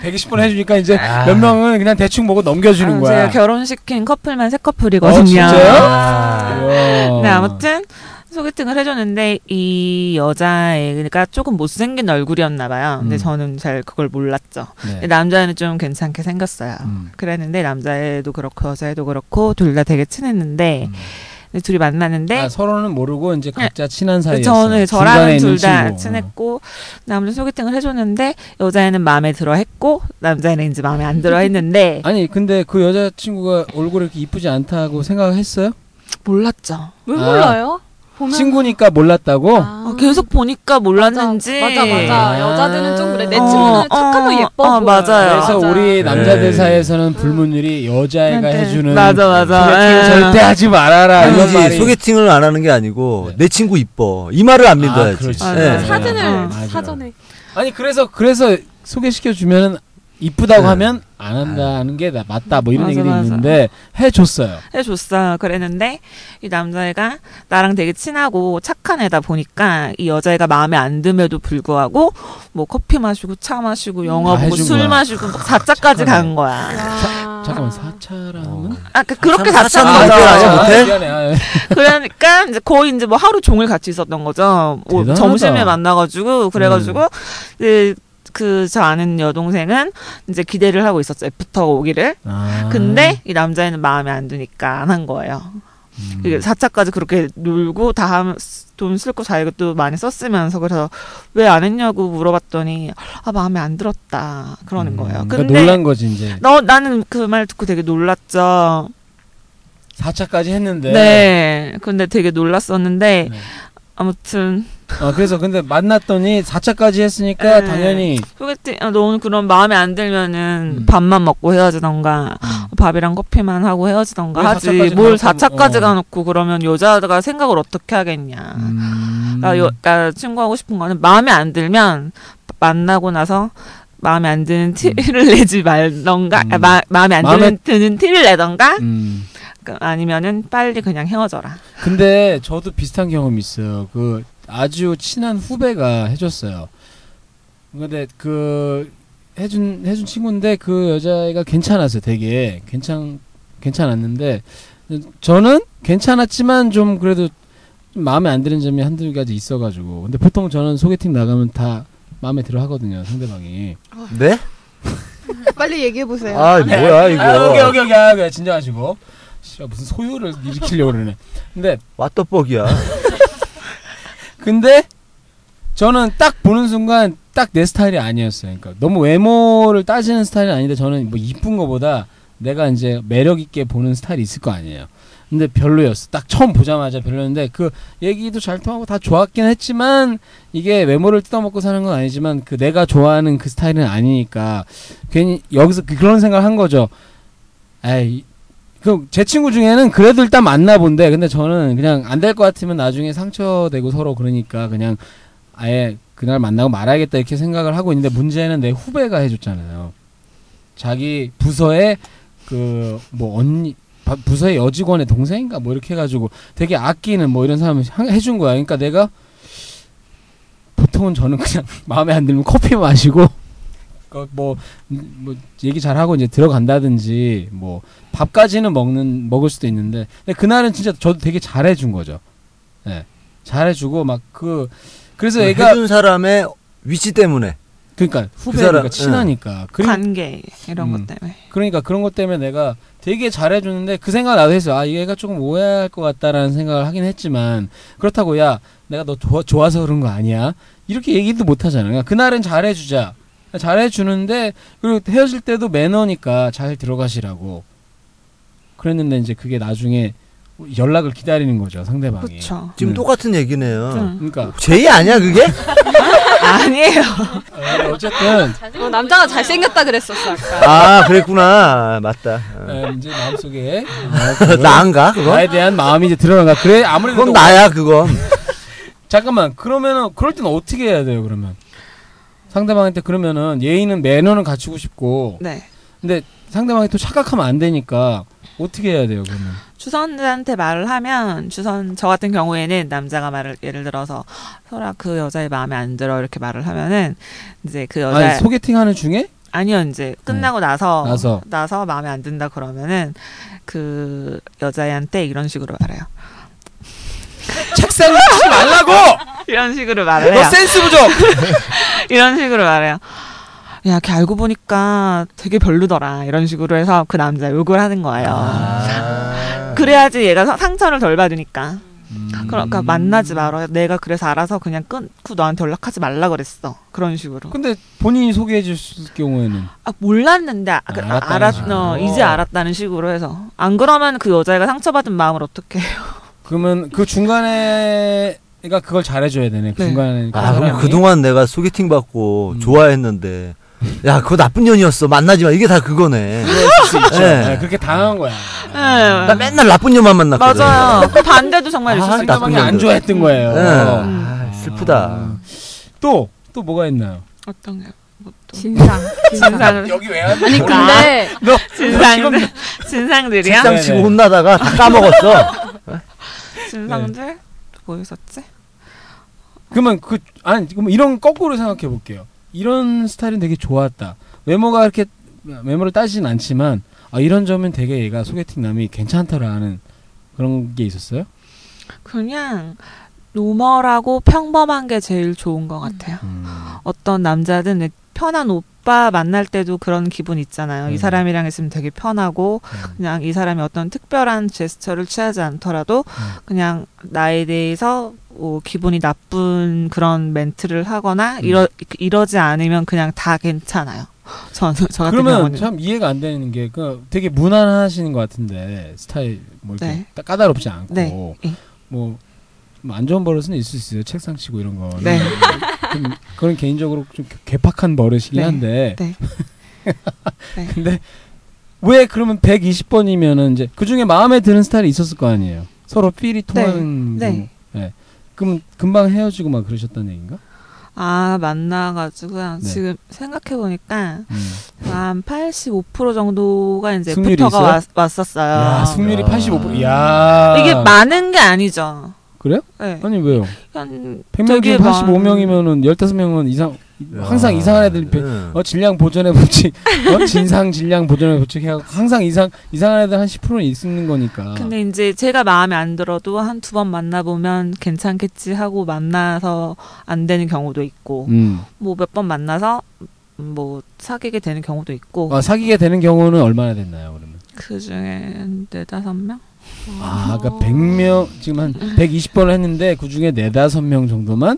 Speaker 2: 120번 해 주니까 이제
Speaker 4: 아.
Speaker 2: 몇 명은 그냥 대충 보고 넘겨 주는
Speaker 3: 아,
Speaker 2: 거야.
Speaker 3: 제가 결혼시킨 커플만 세
Speaker 2: 어,
Speaker 3: 커플이거든요.
Speaker 2: 진짜요? 어.
Speaker 4: 아.
Speaker 2: 우와.
Speaker 3: 네, 아무튼 소개팅을 해줬는데 이 여자애가 조금 못생긴 얼굴이었나 봐요. 근데
Speaker 2: 음.
Speaker 3: 저는 잘 그걸 몰랐죠. 근데
Speaker 2: 네.
Speaker 3: 남자애는 좀 괜찮게 생겼어요.
Speaker 2: 음.
Speaker 3: 그랬는데 남자애도 그렇고 여자애도 그렇고 둘 다 되게 친했는데
Speaker 2: 음.
Speaker 3: 근데 둘이 만났는데
Speaker 2: 아, 서로는 모르고 이제 각자 친한
Speaker 3: 그
Speaker 2: 사이였어요.
Speaker 3: 네.
Speaker 2: 중간에
Speaker 3: 저는 저랑은
Speaker 2: 있는
Speaker 3: 둘 다
Speaker 2: 친구.
Speaker 3: 친했고 남자 소개팅을 해줬는데 여자애는 마음에 들어 했고 남자애는 이제 마음에 안 들어 했는데
Speaker 2: 아니 근데 그 여자친구가 얼굴이 이렇게 이쁘지 않다고 생각했어요?
Speaker 3: 몰랐죠.
Speaker 5: 왜
Speaker 2: 아.
Speaker 5: 몰라요? 보면
Speaker 2: 친구니까 몰랐다고?
Speaker 3: 어, 계속 보니까 몰랐는지
Speaker 5: 아. 맞아 맞아
Speaker 2: 아.
Speaker 5: 여자들은 좀 그래 내
Speaker 2: 어,
Speaker 5: 친구는 착하고 예뻐 보여
Speaker 3: 어, 맞아요. 음.
Speaker 5: 맞아.
Speaker 2: 그래서 우리 남자들
Speaker 4: 에이.
Speaker 2: 사이에서는 불문율이 여자애가
Speaker 3: 네, 네.
Speaker 2: 해주는
Speaker 3: 맞아 맞아
Speaker 2: 소개팅을
Speaker 3: 예.
Speaker 2: 절대 하지 말아라 이런
Speaker 4: 아니지
Speaker 2: 말이
Speaker 4: 소개팅을 안 하는 게 아니고
Speaker 2: 네.
Speaker 4: 내 친구 이뻐 이 말을 안
Speaker 2: 아,
Speaker 4: 믿어야지.
Speaker 2: 그렇지.
Speaker 4: 예.
Speaker 2: 맞아.
Speaker 5: 사진을
Speaker 3: 어,
Speaker 2: 맞아.
Speaker 5: 사전에
Speaker 2: 아니 그래서 그래서 소개시켜 주면 이쁘다고
Speaker 4: 네.
Speaker 2: 하면 안 한다는 게 나- 맞다 뭐 이런
Speaker 3: 맞아,
Speaker 2: 얘기도
Speaker 3: 맞아.
Speaker 2: 있는데 해줬어요.
Speaker 3: 해줬어요. 그랬는데 이 남자애가 나랑 되게 친하고 착한 애다 보니까 이 여자애가 마음에 안 듦에도 불구하고 뭐 커피 마시고 차 마시고 영화
Speaker 2: 음. 다
Speaker 3: 보고
Speaker 2: 해준
Speaker 3: 술
Speaker 2: 거야. 아,
Speaker 3: 마시고 막 사차까지
Speaker 2: 착하네.
Speaker 3: 간 거야.
Speaker 5: 와.
Speaker 2: 잠깐만 사차라면
Speaker 3: 아 그- 그렇게
Speaker 4: 사-
Speaker 3: 사차인
Speaker 4: 사차는
Speaker 3: 거죠.
Speaker 4: 어떻게 알아?
Speaker 2: 아,
Speaker 4: 못해?
Speaker 2: 미안해. 아, 예.
Speaker 3: *laughs* 그러니까 이제 거의 이제 뭐 하루 종일 같이 있었던 거죠. 뭐
Speaker 2: 대단하다. 음.
Speaker 3: 점심에 만나가지고 그래가지고 이제 그 저 아는 여동생은 이제 기대를 하고 있었죠. 애프터 오기를.
Speaker 2: 아.
Speaker 3: 근데 이 남자애는 마음에 안 드니까 안 한 거예요.
Speaker 2: 음.
Speaker 3: 이게 4차까지 그렇게 놀고 다 돈 쓸고 자기가 또 많이 썼으면서 그래서 왜 안 했냐고 물어봤더니 아 마음에 안 들었다 그러는
Speaker 2: 음,
Speaker 3: 거예요.
Speaker 2: 그러니까
Speaker 3: 근데
Speaker 2: 놀란 거지 이제
Speaker 3: 너 나는 그 말 듣고 되게 놀랐죠.
Speaker 2: 4차까지 했는데
Speaker 3: 네. 근데 되게 놀랐었는데
Speaker 2: 네.
Speaker 3: 아무튼
Speaker 2: 어, 그래서 근데 만났더니 4차까지 했으니까
Speaker 3: 네.
Speaker 2: 당연히
Speaker 3: 소개팅 아, 너는 그런 마음에 안 들면은
Speaker 2: 음.
Speaker 3: 밥만 먹고 헤어지던가 밥이랑 커피만 하고 헤어지던가
Speaker 2: 뭘
Speaker 3: 하지
Speaker 2: 4차까지
Speaker 3: 뭘
Speaker 2: 가놓고,
Speaker 3: 4차까지
Speaker 2: 어.
Speaker 3: 가놓고 그러면 여자가 생각을 어떻게 하겠냐.
Speaker 2: 음.
Speaker 3: 그러니까, 여, 그러니까 친구하고 싶은 거는 마음에 안 들면 만나고 나서 마음에 안 드는 티를 *laughs* 내지 말던가
Speaker 2: 음.
Speaker 3: 아, 마, 마음에 안
Speaker 2: 마음에-
Speaker 3: 드는, 드는 티를 내던가
Speaker 2: 음.
Speaker 3: 그- 아니면은 빨리 그냥 헤어져라.
Speaker 2: 근데 저도 비슷한 경험이 있어요. 그 아주 친한 후배가 해줬어요. 근데 그 해준 해준 친구인데 그 여자애가 괜찮았어요. 되게 괜찮 괜찮았는데 저는 괜찮았지만 좀 그래도 좀 마음에 안 드는 점이 한두 가지 있어가지고 근데 보통 저는 소개팅 나가면 다 마음에 들어 하거든요 상대방이
Speaker 4: 네?
Speaker 8: 빨리 얘기해 보세요.
Speaker 4: 아 뭐야
Speaker 2: 아, 오케이
Speaker 4: 이거
Speaker 2: 오케이 오케이 아, 그래, 진정하시고 씨, 무슨 소유를 일으키려고 그러네 근데
Speaker 4: 왓더뻑이야.
Speaker 2: 근데 저는 딱 보는 순간 딱 내 스타일이 아니었어요. 그러니까 너무 외모를 따지는 스타일은 아닌데 저는 뭐 이쁜 거보다 내가 이제 매력 있게 보는 스타일이 있을 거 아니에요. 근데 별로였어. 딱 처음 보자마자 별로였는데 그 얘기도 잘 통하고 다 좋았긴 했지만 이게 외모를 뜯어먹고 사는 건 아니지만 그 내가 좋아하는 그 스타일은 아니니까 괜히 여기서 그- 그런 생각을 한 거죠. 에이 그 제 친구 중에는 그래도 일단 만나본데 근데 저는 그냥 안 될 것 같으면 나중에 상처되고 서로 그러니까 그냥 아예 그날 만나고 말아야겠다 이렇게 생각을 하고 있는데 문제는 내 후배가 해줬잖아요. 자기 부서에 그 뭐 언니 바- 부서의 여직원의 동생인가 뭐 이렇게 해가지고 되게 아끼는 뭐 이런 사람을 향- 해준 거야. 그러니까 내가 보통은 저는 그냥 *laughs* 마음에 안 들면 커피 마시고 그뭐 뭐 얘기 잘 하고 이제 들어간다든지 뭐 밥까지는 먹는 먹을 수도 있는데 근데 그날은 진짜 저도 되게 잘해준 거죠. 예, 잘해주고 막 그 그래서 얘가
Speaker 4: 해준 사람의 위치 때문에
Speaker 2: 그러니까
Speaker 4: 사람,
Speaker 2: 후배니까
Speaker 4: 예.
Speaker 2: 친하니까. 그리,
Speaker 3: 관계
Speaker 2: 음.
Speaker 3: 이런 것 때문에.
Speaker 2: 그러니까 그런 것 때문에 내가 되게 잘해주는데 그 생각 나도 했어. 아 얘가 조금 오해할 것 같다라는 생각을 하긴 했지만 그렇다고 야 내가 너 좋아, 좋아서 그런 거 아니야? 이렇게 얘기도 못 하잖아. 그러니까 그날은 잘해주자. 잘해주는데 그리고 헤어질 때도 매너니까 잘 들어가시라고. 그랬는데 이제 그게 나중에 연락을 기다리는 거죠 상대방이.
Speaker 3: 그렇죠.
Speaker 4: 지금
Speaker 2: 음.
Speaker 4: 똑같은 얘기네요.
Speaker 2: 그러니까
Speaker 4: 제이 아니야 그게?
Speaker 3: 아니에요.
Speaker 2: 어,
Speaker 3: *laughs*
Speaker 2: 어쨌든
Speaker 8: 어, 남자가 잘생겼다 그랬었어 아까.
Speaker 4: 아 그랬구나 맞다. 어.
Speaker 2: 에, 이제 마음속에
Speaker 4: *laughs* 나안가 그거?
Speaker 2: 나에 대한 마음이 이제 드러나가. 그래 아무래도
Speaker 4: 그건 나야 그건.
Speaker 2: 잠깐만 그러면은 그럴 땐 어떻게 해야 돼요 그러면 상대방한테 그러면은 예의는 매너는 갖추고 싶고
Speaker 3: 네.
Speaker 2: 근데 상대방이 또 착각하면 안 되니까 어떻게 해야 돼요 그러면
Speaker 3: 주선한테 말을 하면 주선 저 같은 경우에는 남자가 말을 예를 들어서 설아 그 여자의 마음에 안 들어 이렇게 말을 하면은 이제 그 여자
Speaker 2: 아니 소개팅하는 중에
Speaker 3: 아니요 이제 끝나고 나서
Speaker 2: 네. 나서.
Speaker 3: 나서 마음에 안 든다 그러면은 그 여자애한테 이런 식으로 말해요.
Speaker 2: 책상 치지 말라고
Speaker 3: *laughs* 이런 식으로 말을 해요.
Speaker 2: 너 센스 부족
Speaker 3: 이런 식으로 말해요. 야, 걔 알고 보니까 되게 별로더라. 이런 식으로 해서 그 남자 욕을 하는 거예요.
Speaker 4: 아.
Speaker 3: 그래야지 얘가 사- 상처를 덜 받으니까. 그러니까
Speaker 2: 음.
Speaker 3: 만나지 말아요. 내가 그래서 알아서 그냥 끊고 너한테 연락하지 말라 그랬어. 그런 식으로.
Speaker 2: 근데 본인이 소개해 줄 경우에는
Speaker 3: 아, 몰랐는데 아, 그,
Speaker 2: 알았다는
Speaker 3: 알았,
Speaker 2: 식으로.
Speaker 3: 어, 이제 알았다는 식으로 해서 안 그러면 그 여자애가 상처받은 마음을 어떻게
Speaker 2: 그러면 그 중간에 가 그걸 잘해줘야 되네 그
Speaker 3: 네.
Speaker 2: 중간에
Speaker 4: 아 그럼
Speaker 2: 사람이.
Speaker 4: 그동안 내가 소개팅 받고
Speaker 2: 음.
Speaker 4: 좋아했는데 야 그거 나쁜 년이었어 만나지 마 이게 다 그거네.
Speaker 2: 그럴 수 있죠.
Speaker 4: 네.
Speaker 2: 네, 그렇게 당한 거야
Speaker 3: 네.
Speaker 4: 나 맨날 나쁜 년만 만났거든.
Speaker 3: *laughs* 맞아요. 그 반대도 정말 있을
Speaker 4: 아,
Speaker 3: 수 있어요.
Speaker 4: 나쁜
Speaker 2: 상대방이 안
Speaker 4: 년들.
Speaker 2: 좋아했던 거예요
Speaker 4: 네. 아, 슬프다.
Speaker 2: 또또 뭐가 있나요
Speaker 3: 어떤 게? 뭐 또.
Speaker 8: 진상.
Speaker 3: 진상을
Speaker 2: 여기 왜 왔니?
Speaker 8: 아니 *laughs* 근데
Speaker 2: 너
Speaker 3: *laughs* 진상들 진상들이야?
Speaker 4: 책상
Speaker 2: 네,
Speaker 4: 치고 혼나다가 다 까먹었어.
Speaker 3: 진상들 뭐 있었지?
Speaker 2: 그러면 그 아니 그럼 이런 거꾸로 생각해 볼게요. 이런 스타일은 되게 좋았다. 외모가 이렇게 외모를 따지진 않지만 아 이런 점은 되게 얘가 소개팅 남이 괜찮더라는 그런 게 있었어요?
Speaker 3: 그냥 노멀하고 평범한 게 제일 좋은 것 같아요. 어떤 남자든 내 편한 오빠 만날 때도 그런 기분 있잖아요.
Speaker 2: 음.
Speaker 3: 이 사람이랑 있으면 되게 편하고 그냥 이 사람이 어떤 특별한 제스처를 취하지 않더라도
Speaker 2: 음.
Speaker 3: 그냥 나에 대해서 뭐 기분이 나쁜 그런 멘트를 하거나
Speaker 2: 음.
Speaker 3: 이러 이러지 않으면 그냥 다 괜찮아요. *laughs* 저저 같은
Speaker 2: 그러면
Speaker 3: 경우는
Speaker 2: 참 이해가 안 되는 게 그 되게 무난하신 것 같은데 스타일 뭐 이렇게
Speaker 3: 네.
Speaker 2: 따- 까다롭지 않고 뭐,
Speaker 3: 네. 예.
Speaker 2: 뭐안 좋은 버릇은 있을 수 있어요. 책상 치고 이런 거.
Speaker 3: 네.
Speaker 2: 좀 그런 개인적으로 좀 괴팍한 버릇이긴
Speaker 3: 네.
Speaker 2: 한데. *laughs*
Speaker 3: 네. 네.
Speaker 2: 근데 왜 그러면 120번이면은 이제 그 중에 마음에 드는 스타일이 있었을 거 아니에요. 서로 필이 통하는.
Speaker 3: 네.
Speaker 2: 거. 네. 그럼 금방 헤어지고 막 그러셨다는 얘기인가?
Speaker 3: 아 만나가지고요.
Speaker 2: 네.
Speaker 3: 지금 생각해 보니까
Speaker 2: 음.
Speaker 3: 한 85% 정도가 이제
Speaker 2: 승률이
Speaker 3: 애프터가
Speaker 2: 있어요?
Speaker 3: 왔, 왔었어요.
Speaker 2: 야, 승률이
Speaker 4: 야.
Speaker 2: 85%. 야.
Speaker 3: 이게 많은 게 아니죠.
Speaker 2: 그래요?
Speaker 3: 네.
Speaker 2: 아니 왜요?
Speaker 3: 한
Speaker 2: 100명
Speaker 3: 저기
Speaker 2: 중에
Speaker 3: 막-
Speaker 2: 85명이면은 15명은 이상 *laughs* 항상 이상한 애들
Speaker 3: 네.
Speaker 2: 배-
Speaker 4: 응.
Speaker 2: 어 질량 보존의 법칙, 어 진상 질량 보존의 법칙 해갖고 항상 이상 이상한 애들 한 10%는 있는 거니까.
Speaker 3: 근데 이제 제가 마음에 안 들어도 한 두 번 만나보면 괜찮겠지 하고 만나서 안 되는 경우도 있고
Speaker 2: 음.
Speaker 3: 뭐 몇 번 만나서 뭐 사귀게 되는 경우도 있고
Speaker 2: 아, 사귀게 되는 경우는 얼마나 됐나요, 그러면?
Speaker 3: 그 중에 네 다섯 명
Speaker 2: 아, 그러니까 100명 지금 한 120번을 했는데 그 중에 4, 5명 정도만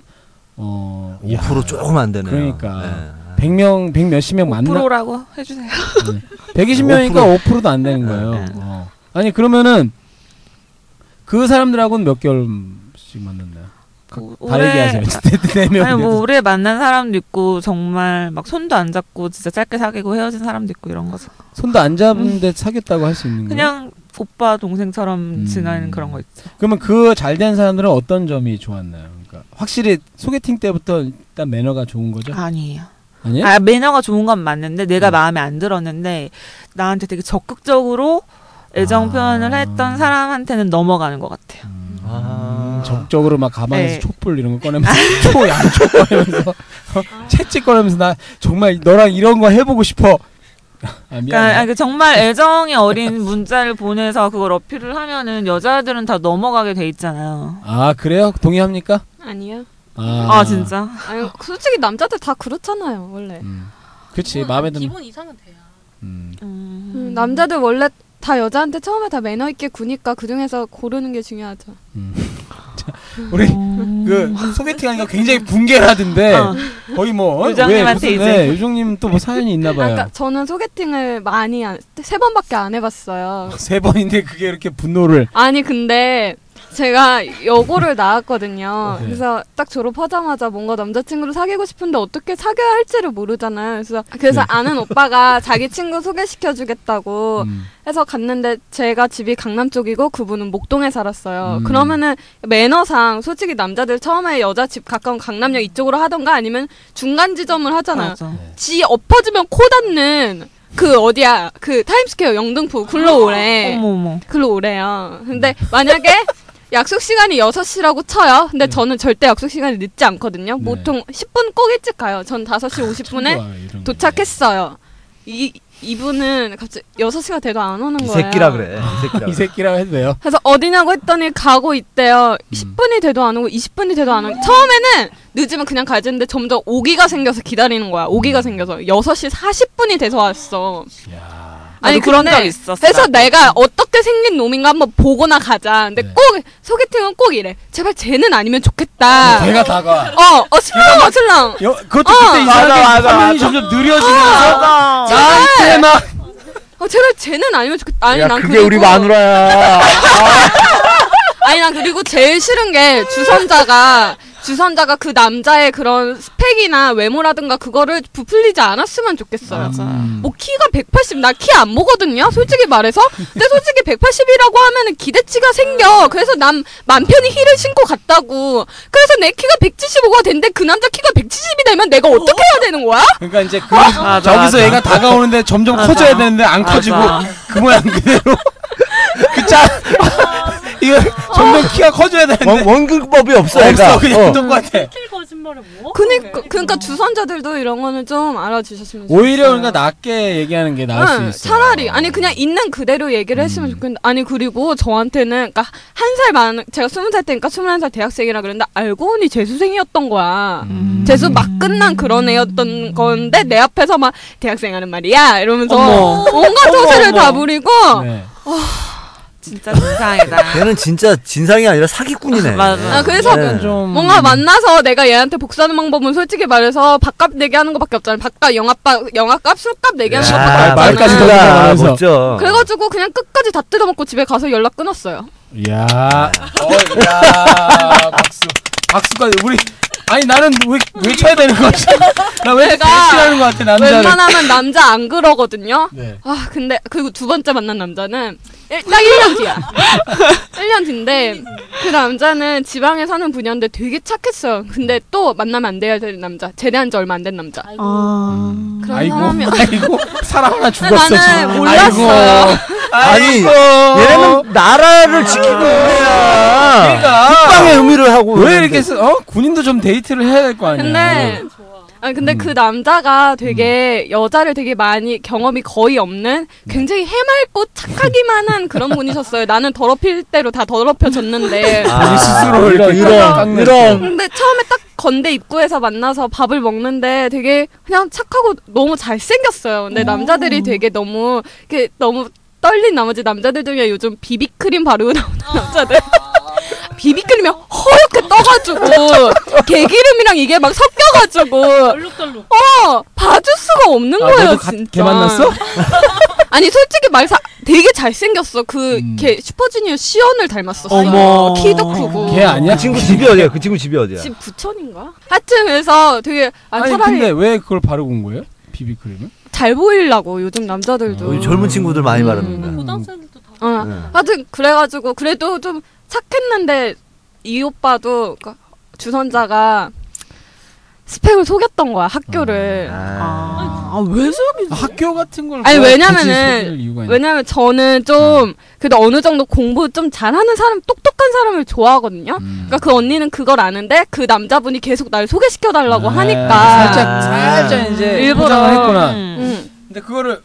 Speaker 2: 어,
Speaker 4: 5% 조금 안 되네요.
Speaker 2: 그러니까.
Speaker 4: 네.
Speaker 2: 100명, 100 몇십 명 만나
Speaker 3: 5%라고 해주세요.
Speaker 2: 120명이니까 5%도 안 되는 거예요.
Speaker 3: 네.
Speaker 2: 어. 아니, 그러면은 그 사람들하고는 몇 개월씩 만났나요? 각-
Speaker 3: 뭐
Speaker 2: 다 얘기하세요. 네 명.
Speaker 3: 아니 뭐 오래 만난 사람도 있고 정말 막 손도 안 잡고 진짜 짧게 사귀고 헤어진 사람도 있고 이런 거죠.
Speaker 2: 손도 안 잡는데 사귀었다고 할 수 있는 거예요?
Speaker 3: 음. 그냥 오빠 동생처럼
Speaker 2: 음.
Speaker 3: 지내는 그런 거 있죠.
Speaker 2: 그러면 그 잘 된 사람들은 어떤 점이 좋았나요? 그러니까 확실히 소개팅 때부터 일단 매너가 좋은 거죠?
Speaker 3: 아니에요.
Speaker 2: 아니에요?
Speaker 3: 아 매너가 좋은 건 맞는데 내가
Speaker 2: 예? 음.
Speaker 3: 마음에 안 들었는데 나한테 되게 적극적으로 애정
Speaker 2: 아.
Speaker 3: 표현을 했던 사람한테는 넘어가는 것 같아요.
Speaker 2: 음,
Speaker 4: 아.
Speaker 2: 적적으로 막 가방에서
Speaker 3: 네.
Speaker 2: 촛불 이런 거 꺼내면서 *laughs* 초 양초 꺼내면서 어,
Speaker 3: 아.
Speaker 2: 채찍 꺼내면서 나 정말 너랑 이런 거 해보고 싶어. 아,
Speaker 3: 그러니까
Speaker 2: 미안해.
Speaker 3: 아, 그 정말 애정이 어린 문자를 보내서 그걸 어필을 하면은 여자들은 다 넘어가게 돼 있잖아요.
Speaker 2: 아 그래요? 동의합니까?
Speaker 5: 아니요.
Speaker 3: 아 진짜.
Speaker 8: 아니, 솔직히 남자들 다 그렇잖아요 원래.
Speaker 2: 음. 그치 마음에 드는.
Speaker 9: 기본 이상은 돼요.
Speaker 2: 음.
Speaker 8: 음, 남자들 원래 다 여자한테 처음에 다 매너 있게 구니까 그 중에서 고르는 게 중요하죠.
Speaker 2: 우리 그 네. 소개팅하니까 굉장히 붕괴라던데
Speaker 3: 음. 어.
Speaker 2: 거의 뭐 어?
Speaker 3: 요정님한테
Speaker 2: 왜 무슨-
Speaker 3: 이제.
Speaker 2: 네, 요정님 또 뭐 사연이 있나 봐요.
Speaker 3: 네.
Speaker 8: 아까 그러니까 저는 소개팅을 많이 안 세 번밖에 안 해봤어요.
Speaker 2: *laughs* 세 번인데 그게 이렇게 분노를
Speaker 8: 아니 근데 제가 여고를 나왔거든요.
Speaker 2: 네.
Speaker 8: 그래서 딱 졸업하자마자 뭔가 남자친구를 사귀고 싶은데 어떻게 사귀어야 할지를 모르잖아요. 그래서 그래서
Speaker 2: 네.
Speaker 8: 아는 오빠가 자기 친구 소개시켜주겠다고
Speaker 2: 음.
Speaker 8: 해서 갔는데 제가 집이 강남 쪽이고 그분은 목동에 살았어요.
Speaker 2: 음.
Speaker 8: 그러면은 매너상 솔직히 남자들 처음에 여자 집 가까운 강남역 이쪽으로 하던가 아니면 중간 지점을 하잖아요.
Speaker 3: 맞아.
Speaker 8: 지 엎어지면 코 닿는 그 어디야 그 타임스퀘어 영등포 굴러오래.
Speaker 3: 어머 어머.
Speaker 8: 글로 오래요. 근데 만약에 약속 시간이 6시라고 쳐요. 근데
Speaker 2: 네.
Speaker 8: 저는 절대 약속 시간이 늦지 않거든요.
Speaker 2: 네.
Speaker 8: 보통 10분 꼭 일찍 가요. 전 5시 50분에
Speaker 2: 좋아요, 이런 거.
Speaker 8: 도착했어요. 이 이분은 갑자기 6시가 돼도 안 오는
Speaker 4: 이
Speaker 8: 거예요.
Speaker 4: 새끼라 그래. 이 새끼라.
Speaker 2: 이
Speaker 4: 그래.
Speaker 2: 새끼라고 해도 돼요.
Speaker 8: 그래서 어디냐고 했더니 가고 있대요.
Speaker 2: 음.
Speaker 8: 10분이 돼도 안 오고 20분이 돼도 안 오고 처음에는 늦으면 그냥 가지는데 점점 오기가 생겨서 기다리는 거야. 오기가 생겨서 6시 40분이 돼서 왔어.
Speaker 2: 야.
Speaker 3: 아니 그런 적 있었어.
Speaker 8: 그래서 내가 어떻게 생긴 놈인가 한번 보고나 가자. 근데
Speaker 2: 네.
Speaker 8: 꼭 소개팅은 꼭 이래. 제발 쟤는 아니면 좋겠다.
Speaker 2: 배가 다가.
Speaker 8: 어, 어 슬렁 어슬렁.
Speaker 2: 여, 그것도
Speaker 8: 어!
Speaker 2: 그때
Speaker 3: 맞아,
Speaker 2: 이상하게
Speaker 3: 맞아,
Speaker 2: 화면이
Speaker 3: 맞아.
Speaker 2: 점점
Speaker 3: 어!
Speaker 2: 느려지면서
Speaker 3: 맞아.
Speaker 2: 아 이때 막
Speaker 8: 어 제발 쟤는 아니면 좋겠다. 아니
Speaker 4: 야,
Speaker 8: 난
Speaker 4: 그게
Speaker 8: 리고
Speaker 4: 우리 마누라야.
Speaker 8: 아니 난 그리고 제일 싫은 게 주선자가 주선자가 그 남자의 그런 스펙이나 외모라든가 그거를 부풀리지 않았으면 좋겠어요.
Speaker 2: 음.
Speaker 8: 뭐 키가 180, 나 키 안 보거든요. 솔직히 말해서. 근데 솔직히 180이라고 하면은 기대치가 생겨. 그래서 난 만편히 힐을 신고 갔다고. 그래서 내 키가 175가 된데 그 남자 키가 170이 되면 내가 어떻게 해야 되는 거야?
Speaker 2: 그러니까 이제 그
Speaker 3: 맞아,
Speaker 2: 저기서
Speaker 3: 맞아.
Speaker 2: 얘가 다가오는데 점점
Speaker 3: 맞아.
Speaker 2: 커져야 되는데 안
Speaker 3: 맞아.
Speaker 2: 커지고 그 모양 그대로 *laughs* 그짜 *laughs* 이거 점점 키가 커져야 되는데
Speaker 4: 원, 원근법이 뭐, 없어, 애가.
Speaker 2: 없어 그냥
Speaker 4: 어.
Speaker 2: 똑같아.
Speaker 9: 킬 거짓말을 뭐?
Speaker 8: 그니까 그러니까 주선자들도 이런 거는 좀 알아주셨으면 좋겠어요.
Speaker 2: 오히려 그러니까 낮게 얘기하는 게 나을 수
Speaker 8: 응,
Speaker 2: 있어.
Speaker 8: 차라리 아니 그냥 있는 그대로 얘기를 했으면
Speaker 2: 음.
Speaker 8: 좋겠는데 아니 그리고 저한테는 그러니까 한 살 많은 제가 스무 살 때니까 스물한 살 대학생이라 그랬는데 알고 보니 재수생이었던 거야.
Speaker 2: 음.
Speaker 8: 재수 막 끝난 그런 애였던 건데 내 앞에서 막 대학생하는 말이야 이러면서
Speaker 3: 어머.
Speaker 8: 온갖
Speaker 3: 어머,
Speaker 8: 소세를
Speaker 3: 어머.
Speaker 8: 다 부리고
Speaker 2: 네. *laughs*
Speaker 3: 진짜 진상이다.
Speaker 4: 걔는 진짜 진상이 아니라 사기꾼이네.
Speaker 3: 맞아.
Speaker 8: 아, 그래서
Speaker 4: 네.
Speaker 2: 좀
Speaker 8: 뭔가 만나서 내가 얘한테 복수하는 방법은 솔직히 말해서 밥값 내기하는 것밖에 없잖아. 밥값, 영화값, 영화값, 술값 내기하는 것밖에
Speaker 4: 야,
Speaker 8: 없잖아.
Speaker 2: 말까지
Speaker 4: 말까지 다
Speaker 2: 그래서.
Speaker 4: 멋져.
Speaker 8: 그래가지고 그냥 끝까지 다 뜯어먹고 집에 가서 연락 끊었어요.
Speaker 2: 야, 어, 야, 박수, 박수가 우리 아니 나는 왜 왜 쳐야 되는 거지? 나왜
Speaker 8: 내가
Speaker 2: 대신하는 것 같아 남자를.
Speaker 8: 웬만하면 남자 안 그러거든요.
Speaker 2: 네.
Speaker 8: 아 근데 그리고 두 번째 만난 남자는 일, 딱 1년
Speaker 2: *laughs*
Speaker 8: 뒤야. 1년 뒤인데 그 남자는 지방에 사는 분이었는데 되게 착했어요. 근데 또 만나면 안 돼야 될 남자. 제대한 지 얼마 안 된 남자.
Speaker 9: 아이고.
Speaker 3: 아.
Speaker 8: 그런
Speaker 2: 아이고,
Speaker 8: 사람이
Speaker 2: *laughs* 아이고, 사람 하나 죽었어.
Speaker 8: 나는
Speaker 2: 지금.
Speaker 8: 몰랐어요.
Speaker 4: 아니,
Speaker 2: 아이고, 아.
Speaker 4: 얘는 나라를 지키고 있는 애야.
Speaker 2: 그러니까
Speaker 4: 국방의 의미를 하고.
Speaker 2: 왜
Speaker 4: 그러는데.
Speaker 2: 이렇게 쓰- 어 군인도 좀 데이트를 해야 될 거 아니야.
Speaker 8: 근데 아 근데
Speaker 2: 음.
Speaker 8: 그 남자가 되게 여자를 되게 많이 경험이 거의 없는
Speaker 2: 네.
Speaker 8: 굉장히 해맑고 착하기만 한 그런 분이셨어요. 나는 더럽힐 대로 다 더럽혀졌는데
Speaker 2: 자기 스스로 이렇게
Speaker 4: 아, 이런, 그
Speaker 2: 깎는
Speaker 4: 이런.
Speaker 8: 근데 처음에 딱 건대 입구에서 만나서 밥을 먹는데 되게 그냥 착하고 너무 잘생겼어요. 근데 남자들이 되게 너무 이렇게 너무 떨린 나머지 남자들 중에 요즘 비비크림 바르고 나오는
Speaker 9: 아.
Speaker 8: 남자들 *laughs* 비비크림이 허옇게 떠가지고 개기름이랑 이게 막 섞여가지고
Speaker 9: 얼룩덜룩.
Speaker 8: 어 봐줄 수가 없는
Speaker 2: 아,
Speaker 8: 거예요
Speaker 2: 너도 가-
Speaker 8: 진짜.
Speaker 2: 걔 만났어?
Speaker 8: 아니 솔직히 말해서 되게 잘생겼어
Speaker 2: 음.
Speaker 8: 그걔 슈퍼주니어 시연을 닮았었어.
Speaker 3: 어머.
Speaker 8: 키도 크고.
Speaker 2: 걔 아니야?
Speaker 4: 그 친구 집이 어디야? 그 친구 집이 어디야?
Speaker 8: 집 부천인가? 하여튼 그래서 되게 아,
Speaker 2: 아니
Speaker 8: 차라리
Speaker 2: 근데 왜 그걸 바르고 온 거예요? 비비크림을?
Speaker 8: 잘 보이려고 요즘
Speaker 2: 아,
Speaker 8: 남자들도.
Speaker 4: 우리 젊은 친구들 많이
Speaker 8: 음.
Speaker 4: 바르는데.
Speaker 9: 고등학생들도 다.
Speaker 8: 어.
Speaker 4: 네.
Speaker 8: 하여튼 그래가지고 그래도 좀 착했는데 이 오빠도 그니까 주선자가 스펙을 속였던 거야 학교를.
Speaker 4: 아.
Speaker 3: 아왜 속이?
Speaker 2: 아, 학교 같은 걸
Speaker 8: 아니,
Speaker 2: 뭐
Speaker 8: 왜냐면은-
Speaker 2: 굳이 속일 이유가 있나?
Speaker 8: 왜냐면 저는 좀
Speaker 2: 아.
Speaker 8: 그래도 어느 정도 공부 좀 잘하는 사람 똑똑한 사람을 좋아하거든요.
Speaker 2: 음.
Speaker 8: 그러니까 그 언니는 그걸 아는데 그 남자분이 계속 날 소개시켜 달라고
Speaker 2: 아,
Speaker 8: 하니까 음,
Speaker 2: 살짝 살짝 이제
Speaker 8: 일부러.
Speaker 2: 포장을 했구나.
Speaker 8: 음.
Speaker 2: 근데 그거를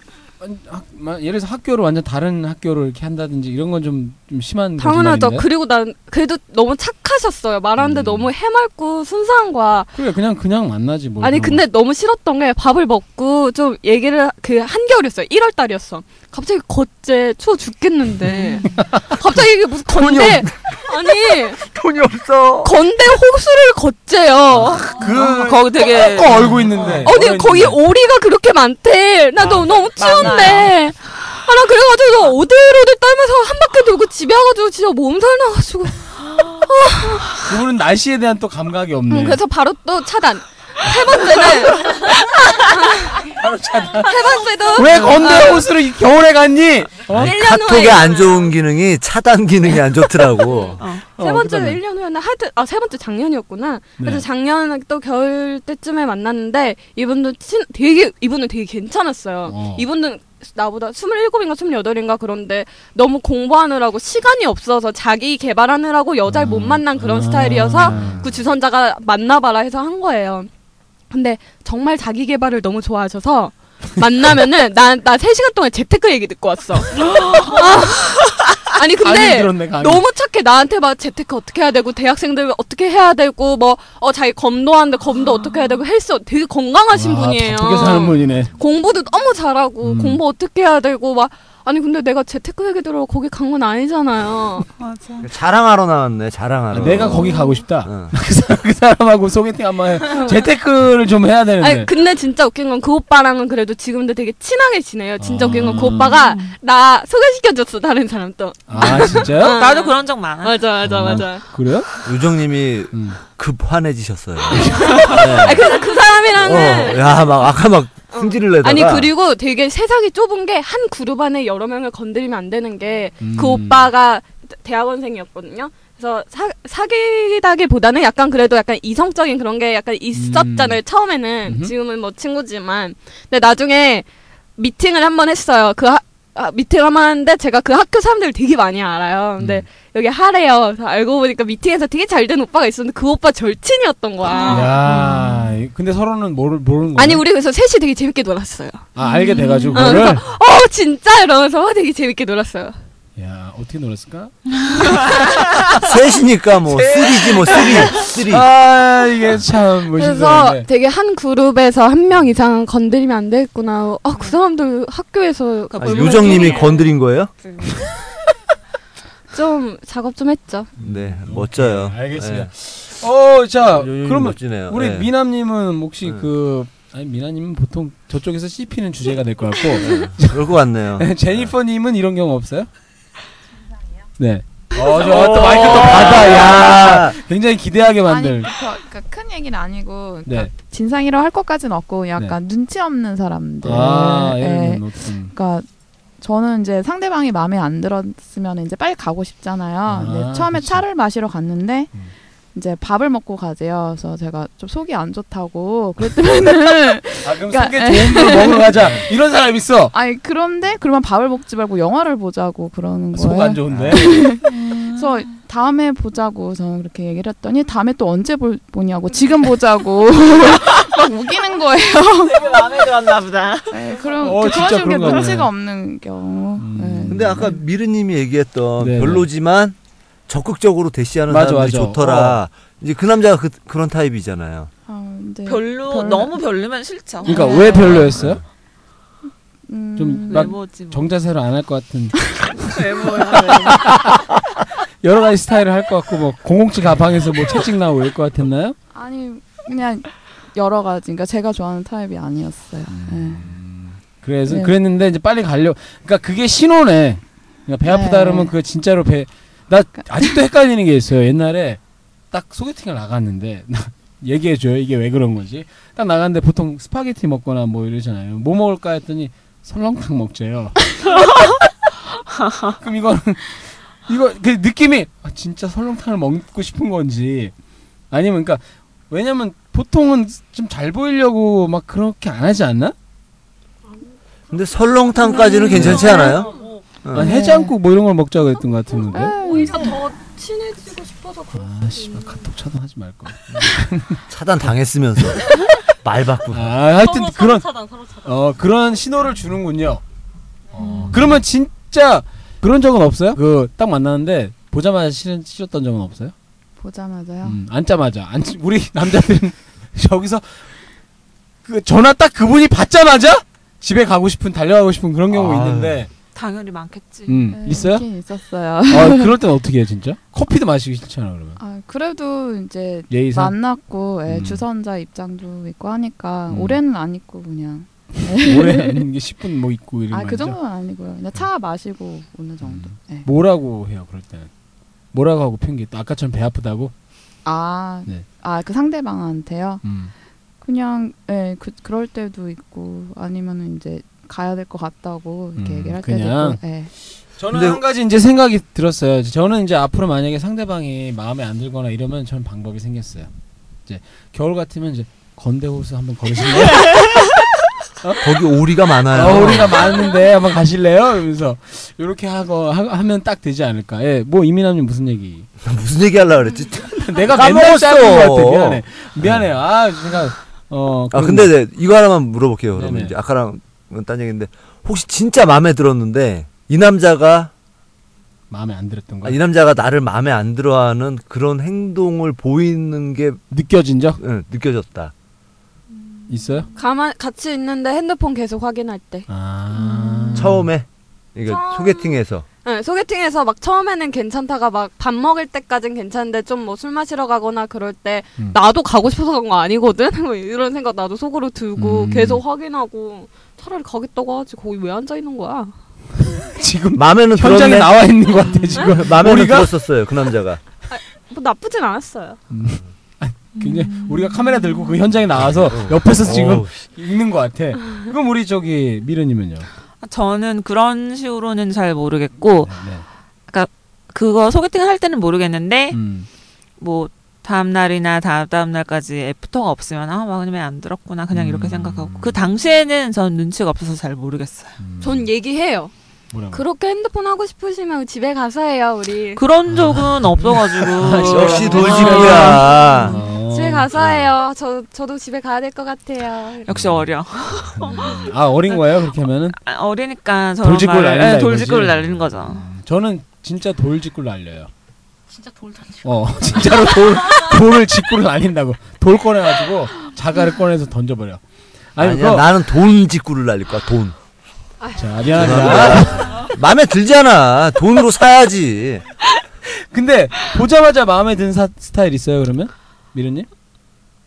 Speaker 2: 학, 마- 예를 들어서 학교를 완전 다른 학교로 이렇게 한다든지 이런 건 좀 좀 심한
Speaker 8: 당연하죠.
Speaker 2: 거짓말인데?
Speaker 8: 그리고 난 그래도 너무 착하셨어요. 말하는데
Speaker 2: 음.
Speaker 8: 너무 해맑고 순수한 거야.
Speaker 2: 그래 그냥 그냥 만나지 뭐.
Speaker 8: 아니
Speaker 2: 이런
Speaker 8: 근데 너무 싫었던 게 밥을 먹고 좀 얘기를 그 한겨울이었어요. 1월 달이었어. 갑자기 겉제 추워
Speaker 2: *laughs*
Speaker 8: 죽겠는데 갑자기 이게 무슨 건대 *laughs* 아니
Speaker 4: 돈이 없어.
Speaker 8: 건대 호수를 걷재요.
Speaker 2: 그
Speaker 3: 거기 되게
Speaker 2: 거 얼고 있는데. 아, 얼어
Speaker 8: 네. 아니 거기
Speaker 2: 있는데.
Speaker 8: 오리가 그렇게 많대. 나 너무 너무 추운데. 아 나 그래가지고 오들오들 떨면서 한 바퀴 돌고 집에 와가지고 진짜 몸살 나가지고
Speaker 2: 그분은 날씨에 대한 또 감각이 없네.
Speaker 8: 음, 그래서 바로 또 차단. 세 번째는
Speaker 2: 바로 차다.
Speaker 8: 세 번째도
Speaker 2: 왜 건대 옷을 이- 겨울에 갔니? 어?
Speaker 8: 1년 후에
Speaker 4: 카톡의 안 좋은 기능이 차단 기능이 안
Speaker 8: *laughs*
Speaker 4: 좋더라고.
Speaker 8: 세 번째도 1년 후였나 하여튼 아 세 번째 작년이었구나. 그래서
Speaker 2: 어, 네.
Speaker 8: 작년 또 겨울 때쯤에 만났는데 이분도 친 되게 이분은 되게 괜찮았어요.
Speaker 2: 어.
Speaker 8: 이분은 나보다 27인가 28인가 그런데 너무 공부하느라고 시간이 없어서 자기 개발하느라고 여자를 못 만난 그런
Speaker 2: 아.
Speaker 8: 스타일이어서 그 주선자가 만나봐라 해서 한 거예요. 근데 정말 자기 개발을 너무 좋아하셔서 만나면은 나나 3시간 동안 재테크 얘기
Speaker 2: *laughs*
Speaker 8: 듣고 왔어. 아. 니
Speaker 2: 감이
Speaker 8: 근데
Speaker 2: 들었네, 감이.
Speaker 8: 너무 착해 나한테 막 재테크 어떻게 해야 되고 대학생들 어떻게 해야 되고 뭐 어 자기 검도하는데 검도 어떻게 해야 되고 헬스 되게 건강하신
Speaker 2: 아,
Speaker 8: 분이에요.
Speaker 2: 바쁘게 사는 분이네.
Speaker 8: 공부도 너무 잘하고
Speaker 2: 음.
Speaker 8: 공부 어떻게 해야 되고 막 아니 근데 내가 재테크 얘기 들어 거기 간 건 아니잖아요.
Speaker 3: 맞아.
Speaker 4: 자랑하러 나왔네. 자랑하러.
Speaker 2: 아, 내가 거기 가고 싶다.
Speaker 4: 응.
Speaker 2: *laughs* 그, 사람, 그 사람하고 소개팅 한번 해. 재테크를 좀 해야 되는데.
Speaker 8: 아니 근데 진짜 웃긴 건 그 오빠랑은 그래도 지금도 되게 친하게 지내요. 진짜
Speaker 2: 아.
Speaker 8: 웃긴 건 그 오빠가 나 소개시켜줬어 다른 사람 또.
Speaker 2: 아 진짜요?
Speaker 3: 나도 그런 적 많아.
Speaker 8: 맞아 *laughs* 맞아
Speaker 2: 아.
Speaker 8: 맞아.
Speaker 2: 그래요?
Speaker 4: 요정님이
Speaker 2: 음.
Speaker 4: 급 환해지셨어요.
Speaker 8: 아니 그래서 그 사람이랑은
Speaker 4: 어, 야, 막 아까 막 승질을 내다가
Speaker 8: 어. 아니 그리고 되게 세상이 좁은 게 한 그룹 안에 여러 명을 건드리면 안 되는 게 그
Speaker 2: 음.
Speaker 8: 오빠가 대학원생이었거든요. 그래서 사, 사귀다기보다는 약간 그래도 약간 이성적인 그런 게 약간 있었잖아요. 처음에는
Speaker 2: 음흠.
Speaker 8: 지금은 뭐 친구지만 근데 나중에 미팅을 한 번 했어요. 그 하, 아, 미팅을 한 번 하는데 제가 그 학교 사람들 을 되게 많이 알아요. 근데 여기 하래요. 그래서 알고 보니까 미팅에서 되게 잘 된 오빠가 있었는데 그 오빠 절친이었던 거야.
Speaker 2: 아. 야, 근데 서로는 모르 모르는 거.
Speaker 8: 아니 우리 그래서 셋이 되게 재밌게 놀았어요.
Speaker 2: 아 알게 돼가지고
Speaker 8: 어,
Speaker 2: 그거를.
Speaker 8: 어 진짜 이러면서 되게 재밌게 놀았어요.
Speaker 2: 야 어떻게 놀았을까?
Speaker 4: *laughs* 셋이니까 뭐 쓰리지 뭐 쓰리 쓰리.
Speaker 2: 아 이게 참
Speaker 8: 그래서
Speaker 2: 멋있는데.
Speaker 8: 되게 한 그룹에서 한 명 이상 건드리면 안 되겠구나. 아 그 사람들 학교에서
Speaker 4: 아, 요정님이 건드린 거예요?
Speaker 8: 좀 작업 좀 했죠.
Speaker 4: 네, 멋져요.
Speaker 2: 음, 예,
Speaker 4: 예.
Speaker 2: 알겠습니다. 예. 어, 자
Speaker 4: 요정님
Speaker 2: 그러면
Speaker 4: 멋지네요.
Speaker 2: 우리
Speaker 4: 네.
Speaker 2: *laughs* 미남님은 혹시
Speaker 4: 네.
Speaker 2: 그 아니 미나님은 보통 저쪽에서 씹히는 주제가 될 것 같고
Speaker 4: 그럴 것 같네요.
Speaker 2: *laughs* 제니퍼님은 이런 경우 없어요? 네.
Speaker 4: 또
Speaker 2: 어또
Speaker 4: 마이크 또 받아, 야.
Speaker 2: 굉장히 기대하게 만들.
Speaker 7: 아니 그, 그러니까 큰 얘기는 아니고 그러니까
Speaker 2: 네.
Speaker 7: 진상이라 할 것까지는 없고 약간 눈치 없는 사람들.
Speaker 2: 아,
Speaker 7: 예.
Speaker 2: 예를 들면 어떤.
Speaker 7: 그러니까 저는 이제 상대방이 마음에 안 들었으면 이제 빨리 가고 싶잖아요.
Speaker 2: 아,
Speaker 7: 근데 처음에
Speaker 2: 그치.
Speaker 7: 차를 마시러 갔는데
Speaker 2: 음.
Speaker 7: 이제 밥을 먹고 가재요. 그래서 제가 좀 속이 안 좋다고 그랬더니는
Speaker 2: 아 그럼
Speaker 7: 그러니까-
Speaker 2: 속에 좋은 걸 먹으러 가자. 이런 사람 있어.
Speaker 7: 아니 그런데 그러면 밥을 먹지 말고 영화를 보자고 그러는
Speaker 2: 아, 속
Speaker 7: 거예요.
Speaker 2: 안 좋은데.
Speaker 7: 그래서 다음에 보자고 저는 그렇게 얘기를 했더니 다음에 또 언제 볼 보냐고
Speaker 2: *laughs*
Speaker 7: 지금 보자고 막 우기는 거예요.
Speaker 3: 마음에 들었나 보다.
Speaker 7: 네, 그럼
Speaker 2: 어,
Speaker 7: 그-
Speaker 2: 진짜
Speaker 7: 그런 식으로
Speaker 2: 그런가
Speaker 7: 눈치가
Speaker 2: 보네.
Speaker 7: 없는 경우.
Speaker 2: 음.
Speaker 7: 네.
Speaker 4: 근데 아까 미르님이 얘기했던
Speaker 2: 네네.
Speaker 4: 별로지만 적극적으로 대시하는
Speaker 2: 맞아,
Speaker 4: 사람들이
Speaker 2: 맞아. 어.
Speaker 4: 좋더라. 이제 그 남자가 그, 그런 타입이잖아요.
Speaker 7: 아, 네.
Speaker 3: 별로
Speaker 7: 별로.
Speaker 3: 너무 별로면 싫죠.
Speaker 2: 그러니까 왜 별로였어요?
Speaker 7: 음,
Speaker 2: 좀 나-
Speaker 3: 외모지 뭐.
Speaker 2: 정자세로 안 할 것 같은
Speaker 3: 외모야. *laughs*
Speaker 2: 여러 가지 스타일을 할 것 같고 뭐 공공지 가방에서 뭐 채찍 나오고 이럴 것 같았나요?
Speaker 7: 아니 그냥 여러 가지. 그러니까 제가 좋아하는 타입이 아니었어요.
Speaker 2: 음.
Speaker 7: 네.
Speaker 2: 그래서
Speaker 7: 네.
Speaker 2: 그랬는데 이제 빨리 가려. 그러니까 그게 신호네. 그러니까 배 아프다
Speaker 7: 네.
Speaker 2: 그러면 그거 진짜로 배. 나 아직도 헷갈리는 게 있어요. 옛날에 딱 소개팅을 나갔는데 *laughs* 나 얘기해 줘요. 이게 왜 그런 건지. 딱 나갔는데 보통 스파게티 먹거나 뭐 이러잖아요. 뭐 먹을까 했더니 설렁탕 먹재요. *laughs* 그럼 이거는 이거 그 느낌이 아, 진짜 설렁탕을 먹고 싶은 건지 아니면 그러니까 왜냐면 보통은 좀 잘 보이려고 막 그렇게 안 하지 않나?
Speaker 4: 근데 설렁탕까지는 괜찮지 않아요?
Speaker 2: 아, 해장국 뭐 이런 걸 먹자고 했던 것 같은데.
Speaker 8: 오히려 더 친해지고 싶어서 그런
Speaker 2: 아 씨발 카톡 차단하지 말 걸. *laughs*
Speaker 4: 차단 당했으면서 말 바꾸고.
Speaker 2: 아 하여튼
Speaker 9: 서로
Speaker 2: 그런
Speaker 9: 차단 음. 서로 차단.
Speaker 2: 어 그런 신호를 주는군요. 그러면 진짜 그런 적은 없어요? 그 딱 만나는데 보자마자 싫은 싫었던 적은 없어요?
Speaker 7: 네. 보자마자요.
Speaker 2: 음, 앉자마자 앉 *laughs* 우리 남자들은 저기서 그 전화 딱 그분이 받자마자 집에 가고 싶은 달려가고 싶은 그런 경우
Speaker 4: 아유.
Speaker 2: 있는데
Speaker 3: 당연히 많겠지.
Speaker 2: 음,
Speaker 7: 네,
Speaker 2: 있어요?
Speaker 7: 있긴
Speaker 2: *laughs*
Speaker 7: 있었어요.
Speaker 2: 아 그럴 땐 어떻게 해 진짜? 커피도 마시기 싫잖아 그러면
Speaker 7: 아, 그래도 이제
Speaker 2: 예의상
Speaker 7: 만났고 예,
Speaker 2: 음.
Speaker 7: 주선자 입장도 있고 하니까
Speaker 2: 음.
Speaker 7: 올해는 안 입고 그냥.
Speaker 2: 오래 앉는 게 10분 뭐 있고 이런
Speaker 7: 아
Speaker 2: 거
Speaker 7: 그
Speaker 2: 아니죠? 음.
Speaker 7: 정도는 아니고요. 그냥 차 마시고 오는 정도. 예.
Speaker 2: 뭐라고 해요 그럴 때는 뭐라고 하고 핑계 또 아까처럼 배 아프다고
Speaker 7: 아,
Speaker 2: 네.
Speaker 7: 아 그 상대방한테요.
Speaker 2: 음.
Speaker 7: 그냥 예, 그 그럴 때도 있고 아니면은 이제 가야 될 것 같다고 이렇게
Speaker 2: 음,
Speaker 7: 얘기를 할
Speaker 2: 그냥.
Speaker 7: 때도 있고. 예.
Speaker 2: 저는
Speaker 4: 근데-
Speaker 2: 한 가지 이제 생각이 들었어요. 이제 저는 이제 앞으로 만약에 상대방이 마음에 안 들거나 이러면 저는 방법이 생겼어요. 이제 겨울 같으면 이제 건대 호수 한번 걸으실래요? *laughs*
Speaker 4: 거기 오리가 많아요.
Speaker 2: 어, 우리가 많은데 한번 가실래요? 이러면서 이렇게 하고 하, 면딱 되지 않을까? 예, 뭐 이민아님 무슨 얘기?
Speaker 4: 무슨 얘기 하려고 그랬지?
Speaker 2: *laughs* 내가
Speaker 4: 까먹었어.
Speaker 2: 맨날 짜는 것 같아. 미안해. 미안해요. 아, 제가 어.
Speaker 4: 아
Speaker 2: 그런
Speaker 4: 근데 네, 이거 하나만 물어볼게요. 그러면
Speaker 2: 네네.
Speaker 4: 이제 아까랑 딴 얘기인데 혹시 진짜 마음에 들었는데 이 남자가
Speaker 2: 마음에 안 들었던 거.
Speaker 4: 아, 이 남자가 나를 마음에 안 들어하는 그런 행동을 보이는 게
Speaker 2: 느껴진 적
Speaker 4: 응, 느껴졌다.
Speaker 2: 있어요?
Speaker 8: 가만 같이 있는데 핸드폰 계속 확인할 때.
Speaker 2: 아.
Speaker 4: *laughs* 처음에 이게
Speaker 8: 처음-
Speaker 4: 소개팅에서
Speaker 8: 네, 소개팅에서 막 처음에는 괜찮다가 막 밥 먹을 때까진 괜찮은데 좀 뭐 술 마시러 가거나 그럴 때
Speaker 2: 음.
Speaker 8: 나도 가고 싶어서 간 거 아니거든. *laughs* 뭐 이런 생각 나도 속으로 들고
Speaker 2: 음.
Speaker 8: 계속 확인하고 차라리 가겠다고 하지 거기 왜 앉아 있는 거야?
Speaker 2: 지금
Speaker 4: 마음에는
Speaker 2: 현장에
Speaker 4: 들었네.
Speaker 2: 나와 있는 것 같아 지금.
Speaker 4: *laughs* 마음에는
Speaker 2: 우리가?
Speaker 4: 들었었어요 그
Speaker 2: *laughs*
Speaker 4: 남자가.
Speaker 8: 뭐 나쁘진 않았어요.
Speaker 2: 굉장히 우리가 카메라 들고 그 현장에 나와서 옆에서 지금
Speaker 4: 어우,
Speaker 2: 읽는 것 같아. 그럼 우리 저기 미르님은요?
Speaker 3: 아, 저는 그런 식으로는 잘 모르겠고
Speaker 2: 네.
Speaker 3: 그거 소개팅을 할 때는 모르겠는데
Speaker 2: 음.
Speaker 3: 뭐 다음 날이나 다음 다음 날까지 애프터가 없으면 아 마그님이 안 들었구나 그냥 이렇게
Speaker 2: 음.
Speaker 3: 생각하고 그 당시에는 전 눈치가 없어서 잘 모르겠어요.
Speaker 2: 음.
Speaker 8: 전 얘기해요.
Speaker 2: 뭐라고?
Speaker 8: 그렇게 핸드폰 하고 싶으시면 집에 가서 해요, 우리.
Speaker 3: 어.
Speaker 2: 아.
Speaker 3: 그런
Speaker 2: *laughs*
Speaker 3: 적은 없어가지고
Speaker 4: 역시
Speaker 3: 아,
Speaker 4: 돌직구야.
Speaker 2: 어.
Speaker 8: 집에 가서 해요. 저 저도 집에 가야 될 것 같아요.
Speaker 3: 역시 어려
Speaker 2: 음. 아 어린 거예요? 그렇게 하면은
Speaker 3: 아, 어리니까 저런
Speaker 2: 돌직구를
Speaker 3: 말을-
Speaker 2: 날린다
Speaker 3: 예, 돌직구를
Speaker 2: 이거지?
Speaker 3: 날리는 거죠.
Speaker 2: 음. 저는 진짜 돌 직구를 날려요.
Speaker 9: 진짜 돌 던지고
Speaker 2: 어 *laughs* 진짜로 돌 돌을 직구를 날린다고 돌 꺼내가지고 자갈을 꺼내서 던져버려. 아니
Speaker 4: 아니야
Speaker 2: 그거
Speaker 4: 나는 돈 직구를 날릴 거야 돈.
Speaker 2: 자, 미안합니다.
Speaker 4: 아, 마음에 들잖아. 돈으로 사야지.
Speaker 2: 근데 보자마자 마음에 든 사, 스타일 있어요 그러면 미르님?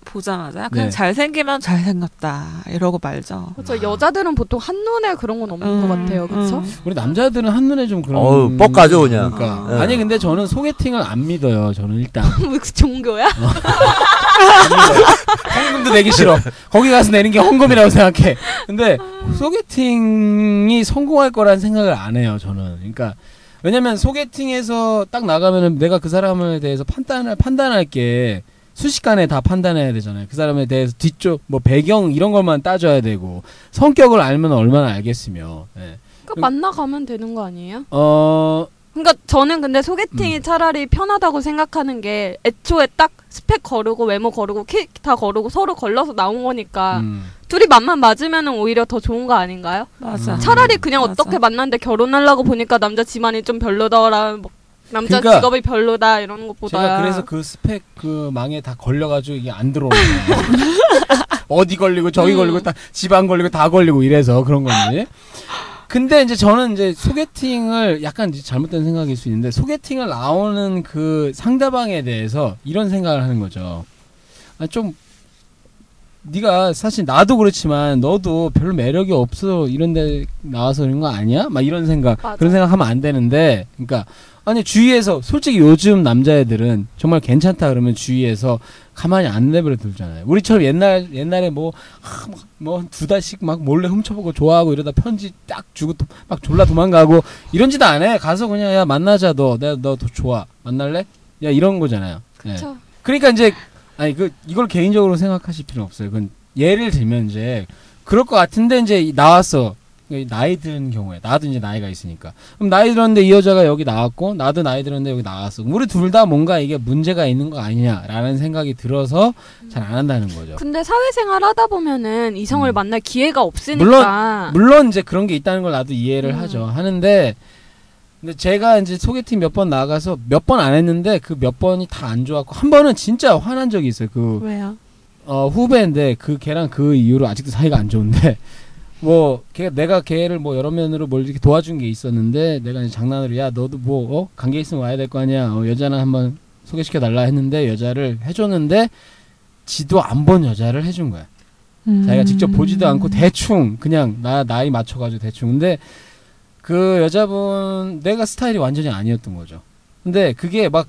Speaker 3: 보자마자 그냥
Speaker 2: 네.
Speaker 3: 잘생기면 잘생겼다 이러고 말죠.
Speaker 8: 그렇죠. 여자들은 보통 한눈에 그런 건 없는 것 같아요. 그렇죠?
Speaker 3: 음.
Speaker 2: 우리 남자들은 한눈에 좀 그런
Speaker 4: 어우, 뻑 가죠, 그냥.
Speaker 2: 그러니까.
Speaker 4: 어.
Speaker 2: 아니 근데 저는 소개팅을 안 믿어요. 저는 일단
Speaker 8: *laughs* 뭐 종교야?
Speaker 3: 음.
Speaker 2: 헌금도 내기 싫어. 거기 가서 내는 게 헌금이라고 생각해. 근데 소개팅이 성공할 거란 생각을 안 해요. 저는. 그러니까 왜냐면 소개팅에서 딱 나가면은 내가 그 사람에 대해서 판단을 판단할 게 수식간에 다 판단해야 되잖아요. 그 사람에 대해서 뒤쪽 뭐 배경 이런 것만 따져야 되고 성격을 알면 얼마나 알겠으며. 예.
Speaker 8: 그러니까 만나가면 되는 거 아니에요?
Speaker 2: 어
Speaker 8: 그러니까 저는 근데
Speaker 3: 음.
Speaker 8: 소개팅이 차라리 편하다고 생각하는 게 애초에 딱 스펙 거르고 외모 거르고 키 다 거르고 서로 걸러서 나온 거니까
Speaker 2: 음.
Speaker 8: 둘이 맘만 맞으면 오히려 더 좋은 거 아닌가요?
Speaker 3: 맞아.
Speaker 2: 음.
Speaker 8: 차라리 그냥
Speaker 3: 맞아.
Speaker 8: 어떻게 만났는데 결혼하려고 보니까 남자 집안이 좀 별로더라 뭐 남자
Speaker 2: 그러니까
Speaker 8: 직업이 별로다 이런 것보다
Speaker 2: 제가 그래서 그 스펙 그 망에 다 걸려가지고 이게 안
Speaker 8: *laughs*
Speaker 2: 들어오는 거예요. 어디 걸리고 저기
Speaker 8: 음.
Speaker 2: 걸리고 다 집안 걸리고 다 걸리고 이래서 그런 건지. 근데 이제 저는 이제 소개팅을 약간 이제 잘못된 생각일 수 있는데 소개팅을 나오는 그 상대방에 대해서 이런 생각을 하는 거죠. 아, 좀 네가 사실 나도 그렇지만 너도 별로 매력이 없어 이런데 나와서 그런 거 아니야? 막 이런 생각
Speaker 8: 맞아.
Speaker 2: 그런 생각 하면 안 되는데 그러니까 아니 주위에서 솔직히 요즘 남자애들은 정말 괜찮다 그러면 주위에서 가만히 안 내버려 두잖아요. 우리처럼 옛날 옛날에 뭐, 뭐뭐두 달씩 막 몰래 훔쳐보고 좋아하고 이러다 편지 딱 주고 도- 막 졸라 도망가고 이런 짓 안 해. 가서 그냥 야 만나자 너 내가 너 더 좋아 만날래? 야 이런 거잖아요. 예.
Speaker 8: 그쵸.
Speaker 2: 그러니까 이제 아니 그 이걸 개인적으로 생각하실 필요 는 없어요. 그건 예를 들면 이제 그럴 것 같은데 이제 이- 나왔어 나이 든 경우에 나도 이제 나이가 있으니까 그럼 나이 들었는데 이 여자가 여기 나왔고 나도 나이 들었는데 여기 나왔어 그럼 우리 둘 다 뭔가 이게 문제가 있는 거 아니냐라는 생각이 들어서 잘 안 한다는 거죠
Speaker 8: 근데 사회생활 하다 보면은 이성을
Speaker 2: 음.
Speaker 8: 만날 기회가 없으니까
Speaker 2: 물론 이제 그런 게 있다는 걸 나도 이해를
Speaker 8: 음.
Speaker 2: 하죠 하는데 근데 제가 이제 소개팅 몇 번 나가서 몇 번 안 했는데 그 몇 번이 다 안 좋았고 한 번은 진짜 화난 적이 있어요 그
Speaker 8: 왜요?
Speaker 2: 어, 후배인데 그 걔랑 그 이후로 아직도 사이가 안 좋은데 *laughs* 뭐 걔 내가 걔를 뭐 여러 면으로 뭘 이렇게 도와준 게 있었는데 내가 이제 장난으로 야 너도 뭐 어? 관계 있으면 와야 될 거 아니야 어, 여자는 한번 소개시켜 달라 했는데 여자를 해줬는데 지도 안 본 여자를 해준 거야
Speaker 3: 음.
Speaker 2: 자기가 직접 보지도 않고 대충 그냥 나 나이 맞춰가지고 대충 근데 그 여자분 내가 스타일이 완전히 아니었던 거죠 근데 그게 막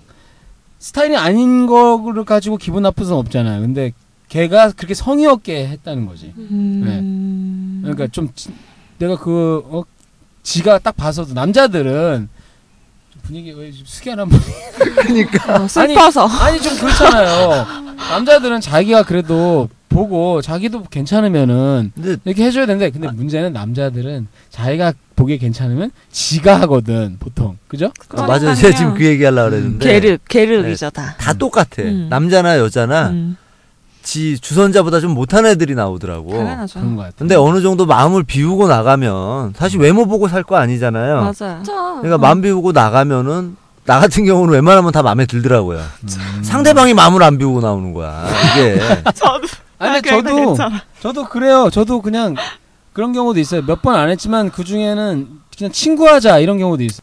Speaker 2: 스타일이 아닌 거를 가지고 기분 나쁠 수는 없잖아요 근데 걔가 그렇게 성의 없게 했다는 거지
Speaker 3: 음.
Speaker 2: 그러니까 좀 지- 내가 그 어, 지가 딱 봐서도 남자들은 좀 분위기 왜 지금 숙연 한번
Speaker 3: 어, 슬퍼서
Speaker 2: 아니 좀 그렇잖아요 남자들은 자기가 그래도 보고 자기도 괜찮으면은
Speaker 4: 근데
Speaker 2: 이렇게 해줘야 되는데 근데 문제는 남자들은 자기가 보기에 괜찮으면 지가 하거든 보통 그죠?
Speaker 4: 아, 맞아요. 제가 지금 그 얘기 하려고 그랬는데.
Speaker 2: 네.
Speaker 3: 계륵 계륵이죠 다.
Speaker 4: 다 똑같아.
Speaker 3: 음.
Speaker 4: 남자나
Speaker 2: 아,
Speaker 4: 여자나
Speaker 3: 음.
Speaker 4: 지 주선자보다 좀 못한 애들이 나오더라고.
Speaker 3: 당연하죠.
Speaker 2: 뭐, 그런 거 같아.
Speaker 4: 근데 어느 정도 마음을 비우고 나가면 사실 외모 보고 살 거 아니잖아요.
Speaker 3: 맞아요.
Speaker 4: 그러니까 마음 비우고 나가면은 나 같은 경우는 웬만하면 다 마음에 들더라고요. 상대방이 마음을 안 비우고 나오는 거야. 이게
Speaker 2: 아니 근데 저도 저도 그래요. 저도 그냥 그런 경우도 있어요. 몇 번 안 했지만 그 중에는 그냥 친구하자 이런 경우도 있어.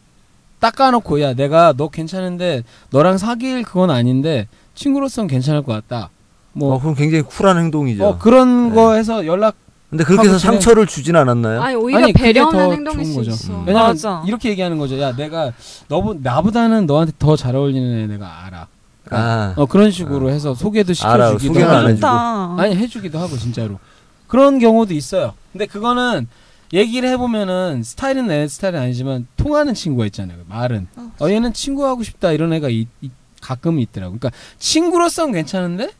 Speaker 2: 닦아놓고 야 내가 너 괜찮은데 너랑 사귈 그건 아닌데 친구로서는 괜찮을 것 같다.
Speaker 4: 어,
Speaker 2: 뭐
Speaker 4: 그럼 굉장히 쿨한 행동이죠.
Speaker 2: 어, 그런
Speaker 4: 네.
Speaker 2: 거 해서 연락.
Speaker 4: 근데 그렇게 해서
Speaker 2: 하고 친해.
Speaker 4: 상처를 주진 않았나요?
Speaker 8: 아니 오히려
Speaker 2: 아니, 그게
Speaker 8: 배려하는
Speaker 2: 더
Speaker 8: 행동일
Speaker 2: 좋은
Speaker 8: 수
Speaker 2: 거죠.
Speaker 8: 있어.
Speaker 4: 음.
Speaker 2: 왜냐면
Speaker 3: 맞아.
Speaker 2: 이렇게 얘기하는 거죠. 야 내가 너보 나보다는 너한테 더 잘 어울리는 애 내가 알아.
Speaker 4: 아,
Speaker 2: 어 그런 식으로 해서 소개도
Speaker 4: 알아.
Speaker 2: 시켜주기도
Speaker 4: 소개는 안
Speaker 2: 하고.
Speaker 4: 해줘. 해주고.
Speaker 3: 아니
Speaker 2: 아니 해주기도 하고 진짜로 그런 경우도 있어요. 근데 그거는 얘기를 해보면은 스타일은 내 스타일은 아니지만 통하는 친구가 있잖아요. 말은
Speaker 3: 어.
Speaker 2: 어 얘는 친구하고 싶다 이런 애가 이, 이- 가끔 있더라고. 그러니까 친구로서는 괜찮은데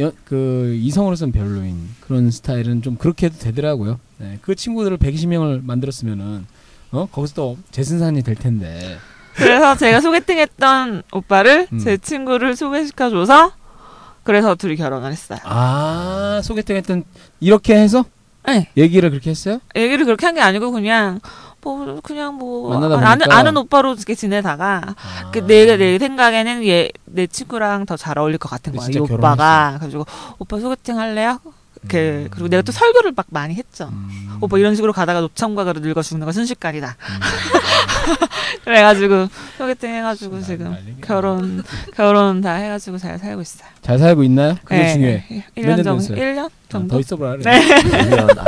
Speaker 2: 여, 그 이성으로서는 별로인 그런 스타일은 좀 그렇게 해도 되더라고요. 네, 그 친구들을 120명을 만들었으면은 어 거기서 또 재승산이 될 텐데.
Speaker 3: 그래서 제가 소개팅했던 오빠를
Speaker 2: 음.
Speaker 3: 제 친구를 소개시켜줘서 그래서 둘이 결혼을 했어요.
Speaker 2: 아 소개팅했던 이렇게 해서
Speaker 3: 네.
Speaker 2: 얘기를 그렇게 했어요?
Speaker 3: 얘기를 그렇게 한 게 아니고 그냥 뭐 그냥 뭐
Speaker 2: 만나다
Speaker 3: 아, 아는
Speaker 2: 보니까. 아.
Speaker 3: 아는 오빠로 이렇게 지내다가 그 내가 내 생각에는 얘 내 친구랑 더 잘 어울릴 것 같은
Speaker 2: 근데
Speaker 3: 거야 이
Speaker 2: 진짜
Speaker 3: 오빠가 그래가지고 오빠 소개팅 할래요? 그
Speaker 2: 음.
Speaker 3: 그리고 내가 또 어, 뭐 설교를 막 많이 했죠.
Speaker 2: 음.
Speaker 3: 오빠 이런 식으로 가다가 노참과가로 늙어 죽는 건 순식간이다. *laughs* 그래가지고 소개팅
Speaker 2: 아,
Speaker 3: 해가지고 지금
Speaker 2: 난리겠네.
Speaker 3: 결혼 결혼 다 해가지고 잘 살고 있어요.
Speaker 2: 잘 살고 있나요? 그게
Speaker 3: 네.
Speaker 2: 중요해. 몇년
Speaker 3: 1년 정도
Speaker 2: 됐어요?
Speaker 3: 1년
Speaker 2: 아, 더
Speaker 3: 정도.
Speaker 2: 있어보라 그래.
Speaker 3: 네.
Speaker 4: 그러면, *laughs* 아,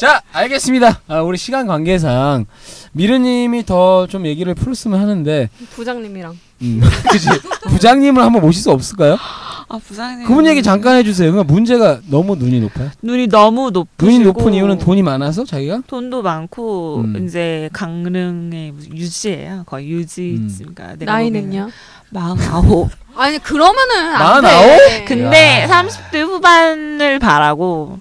Speaker 2: 자, 알겠습니다. 아, 우리 시간 관계상 미르님이 더 좀 얘기를 풀었으면 하는데,
Speaker 8: 부장님이랑
Speaker 2: 음, *laughs* 그치? 부장님을 한번 모실 수 없을까요?
Speaker 3: 아 부장님.
Speaker 2: 그분 얘기 잠깐 해주세요. 그러니까 문제가 너무 눈이 높아요.
Speaker 3: 눈이 너무 높으시고
Speaker 2: 눈이 높은 이유는 돈이 많아서 자기가?
Speaker 3: 돈도 많고
Speaker 2: 음.
Speaker 3: 이제 강릉의 무슨 유지예요. 거의 유지
Speaker 2: 음.
Speaker 3: 그러니까 내가
Speaker 8: 나이는요? 어.
Speaker 3: 마흔아홉.
Speaker 8: 아니 그러면은 안
Speaker 2: 마흔아홉?
Speaker 8: 돼.
Speaker 3: 근데
Speaker 2: 야.
Speaker 3: 30대 후반을 바라고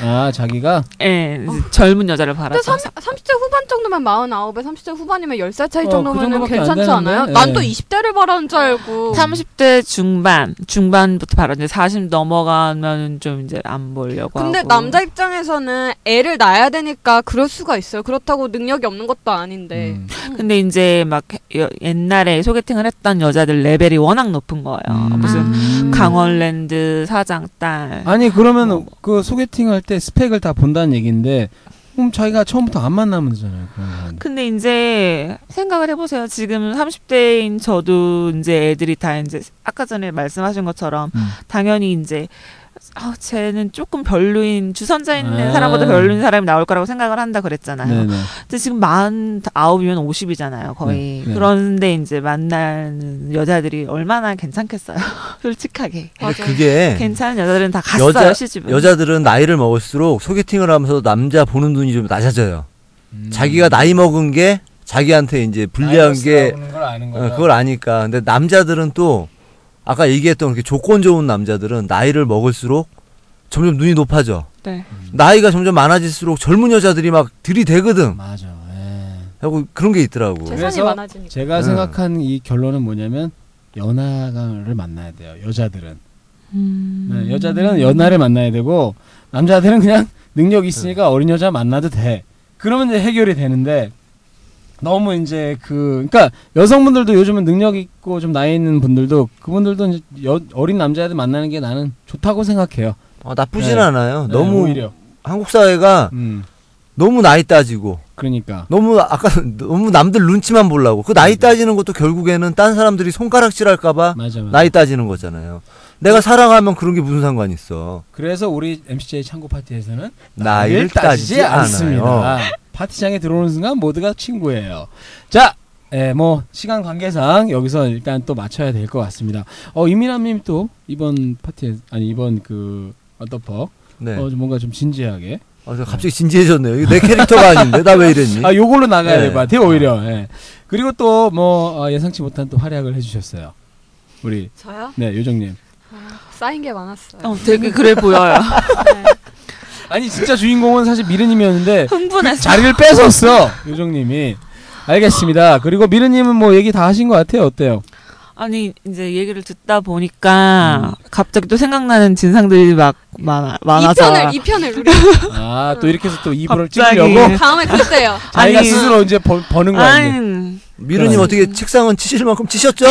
Speaker 2: 아, 자기가?
Speaker 3: 예 젊은 여자를 바라서.
Speaker 8: 어. 근데 30, 30대 후반 정도면 49에 30대 후반이면 10살 차이
Speaker 2: 어,
Speaker 8: 정도면
Speaker 2: 그 정도밖에 안
Speaker 8: 괜찮지
Speaker 2: 되는데?
Speaker 8: 않아요?
Speaker 2: 네.
Speaker 8: 난 또 20대를 바라는 줄 알고
Speaker 3: 30대 중반, 중반부터 바로 이제 40 넘어가면 좀 이제 안 보려고
Speaker 8: 근데
Speaker 3: 하고.
Speaker 8: 남자 입장에서는 애를 낳아야 되니까 그럴 수가 있어요. 그렇다고 능력이 없는 것도
Speaker 3: 네.
Speaker 8: 아닌데.
Speaker 2: 음.
Speaker 3: 근데 이제 막 여- 옛날에 소개팅을 했던 여자들 레벨이 워낙 높은 거예요.
Speaker 2: 음.
Speaker 3: 아, 무슨
Speaker 2: 음.
Speaker 3: 강원랜드 사장 딸.
Speaker 2: 아니, 그러면
Speaker 3: 뭐, 뭐.
Speaker 2: 그 소개팅 할 때 스펙을 다 본다는 얘기인데, 그럼 자기가 처음부터 안 만나면 되잖아요. 그런 사람들.
Speaker 3: 근데 이제 생각을 해보세요. 지금 30대인 저도 이제 애들이 다 이제 아까 전에 말씀하신 것처럼
Speaker 2: 음.
Speaker 3: 당연히 이제 아, 쟤는 조금 별로인 주선자 있는
Speaker 2: 아.
Speaker 3: 사람보다 별로인 사람이 나올 거라고 생각을 한다 그랬잖아요.
Speaker 2: 네네.
Speaker 3: 근데 지금 49이면 50이잖아요, 거의.
Speaker 2: 네, 네.
Speaker 3: 그런데 이제 만나는 여자들이 얼마나 괜찮겠어요, *laughs* 솔직하게.
Speaker 4: 근데
Speaker 2: 네.
Speaker 4: 그게
Speaker 3: 괜찮은 여자들은 다 갔어요,
Speaker 4: 여자-
Speaker 3: 시집은.
Speaker 4: 여자들은 나이를 먹을수록 소개팅을 하면서 남자 보는 눈이 좀 낮아져요. 음. 자기가 나이 먹은 게 자기한테 이제 불리한 게
Speaker 2: 걸 아는
Speaker 4: 어, 그걸 아니까. 근데 남자들은 또 아까 얘기했던 그렇게 조건 좋은 남자들은 나이를 먹을수록 점점 눈이 높아져.
Speaker 3: 네.
Speaker 4: 나이가 점점 많아질수록 젊은 여자들이 막 들이대거든.
Speaker 2: 맞아. 예.
Speaker 4: 하고 그런 게 있더라고.
Speaker 2: 제-
Speaker 8: 재산이
Speaker 2: 그래서
Speaker 8: 많아지니까.
Speaker 2: 제가
Speaker 4: 음.
Speaker 2: 생각한 이 결론은 뭐냐면 연하를 만나야 돼요. 여자들은. 네, 여자들은 연하를 만나야 되고 남자들은 그냥 능력
Speaker 4: 네.
Speaker 2: 있으니까 어린 여자 만나도 돼. 그러면 이제 해결이 되는데 너무 이제 그 그러니까 여성분들도 요즘은 능력 있고 좀 나이 있는 분들도 그분들도 이제 여, 어린 남자애들 만나는 게 나는 좋다고 생각해요.
Speaker 4: 아, 나쁘진
Speaker 2: 네.
Speaker 4: 않아요.
Speaker 2: 네,
Speaker 4: 너무
Speaker 2: 오히려.
Speaker 4: 한국 사회가
Speaker 2: 음.
Speaker 4: 너무 나이 따지고
Speaker 2: 그러니까.
Speaker 4: 너무 아까 *laughs* 너무 남들 눈치만 보려고 그
Speaker 2: 네.
Speaker 4: 나이 따지는 것도 결국에는 딴 사람들이 손가락질할까봐
Speaker 2: 맞아 맞아.
Speaker 4: 나이 따지는 거잖아요.
Speaker 2: 네.
Speaker 4: 내가 사랑하면 그런 게 무슨 상관 있어?
Speaker 2: 그래서 우리 MCJ 창고 파티에서는
Speaker 4: 나이를 따지지 않아요.
Speaker 2: 파티장에 들어오는 순간 모두가 친구예요. 자, 예, 뭐 시간 관계상 여기서 일단 또 맞춰야 될 것 같습니다. 어, 이민아님 또 이번 파티에 아니 이번 그 어떠퍼
Speaker 4: 네.
Speaker 2: 어, 좀 뭔가 좀 진지하게
Speaker 4: 아, 저 갑자기 진지해졌네요. 이거 내 캐릭터가 아닌데 나 왜 이랬니?
Speaker 2: 아 요걸로 나가야
Speaker 4: 네.
Speaker 2: 될 것 같아요 오히려. 예. 그리고 또 뭐 예상치 못한 또 활약을 해주셨어요. 우리
Speaker 8: 저요?
Speaker 2: 네 요정님.
Speaker 8: 쌓인 게 많았어요.
Speaker 3: 어, 되게 그래 보여요. *laughs*
Speaker 2: 아니 진짜 주인공은 사실
Speaker 3: *laughs*
Speaker 2: 미르님이었는데 그
Speaker 3: 흥분해서.
Speaker 2: 자리를 뺏었어 요정님이. 알겠습니다. 그리고 미르님은 뭐 얘기 다 하신 것 같아요. 어때요?
Speaker 3: 아니 이제 얘기를 듣다
Speaker 2: 음.
Speaker 3: 보니까 갑자기 또 생각나는 진상들이 막 많아, 많아서.
Speaker 8: 2편을, 2편을
Speaker 3: *laughs*
Speaker 8: 우리
Speaker 2: 아 또 이렇게 해서 또 이불을
Speaker 3: 갑자기.
Speaker 2: 찢으려고
Speaker 8: 다음에 그때요.
Speaker 2: 자기가
Speaker 3: 아니.
Speaker 2: 스스로 이제 버, 버는 거 아니에요?
Speaker 3: 아니,
Speaker 4: 미루님
Speaker 2: 그래.
Speaker 4: 어떻게 책상은 치실 만큼 치셨죠?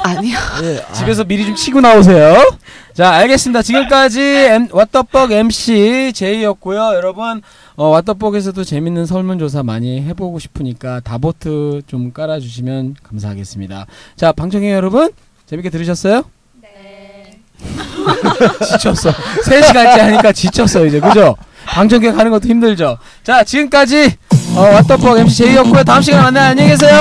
Speaker 3: 아니요.
Speaker 4: 예. 아,
Speaker 2: 집에서 미리 좀 치고 나오세요. 자 알겠습니다. 지금까지 M, 왓더벅 MC 제이였고요. 여러분 어, 왓더벅에서도 재밌는 설문조사 많이 해보고 싶으니까 다보트 좀 깔아주시면 감사하겠습니다. 자 방청객 여러분 재밌게 들으셨어요? 네. *laughs* 지쳤어. 3시간째 하니까 지쳤어 이제 그죠? 방청객 하는 것도 힘들죠. 자 지금까지 어, 왓더벅 MC 제이였고요. 다음 시간에 만나요. 안녕히 계세요.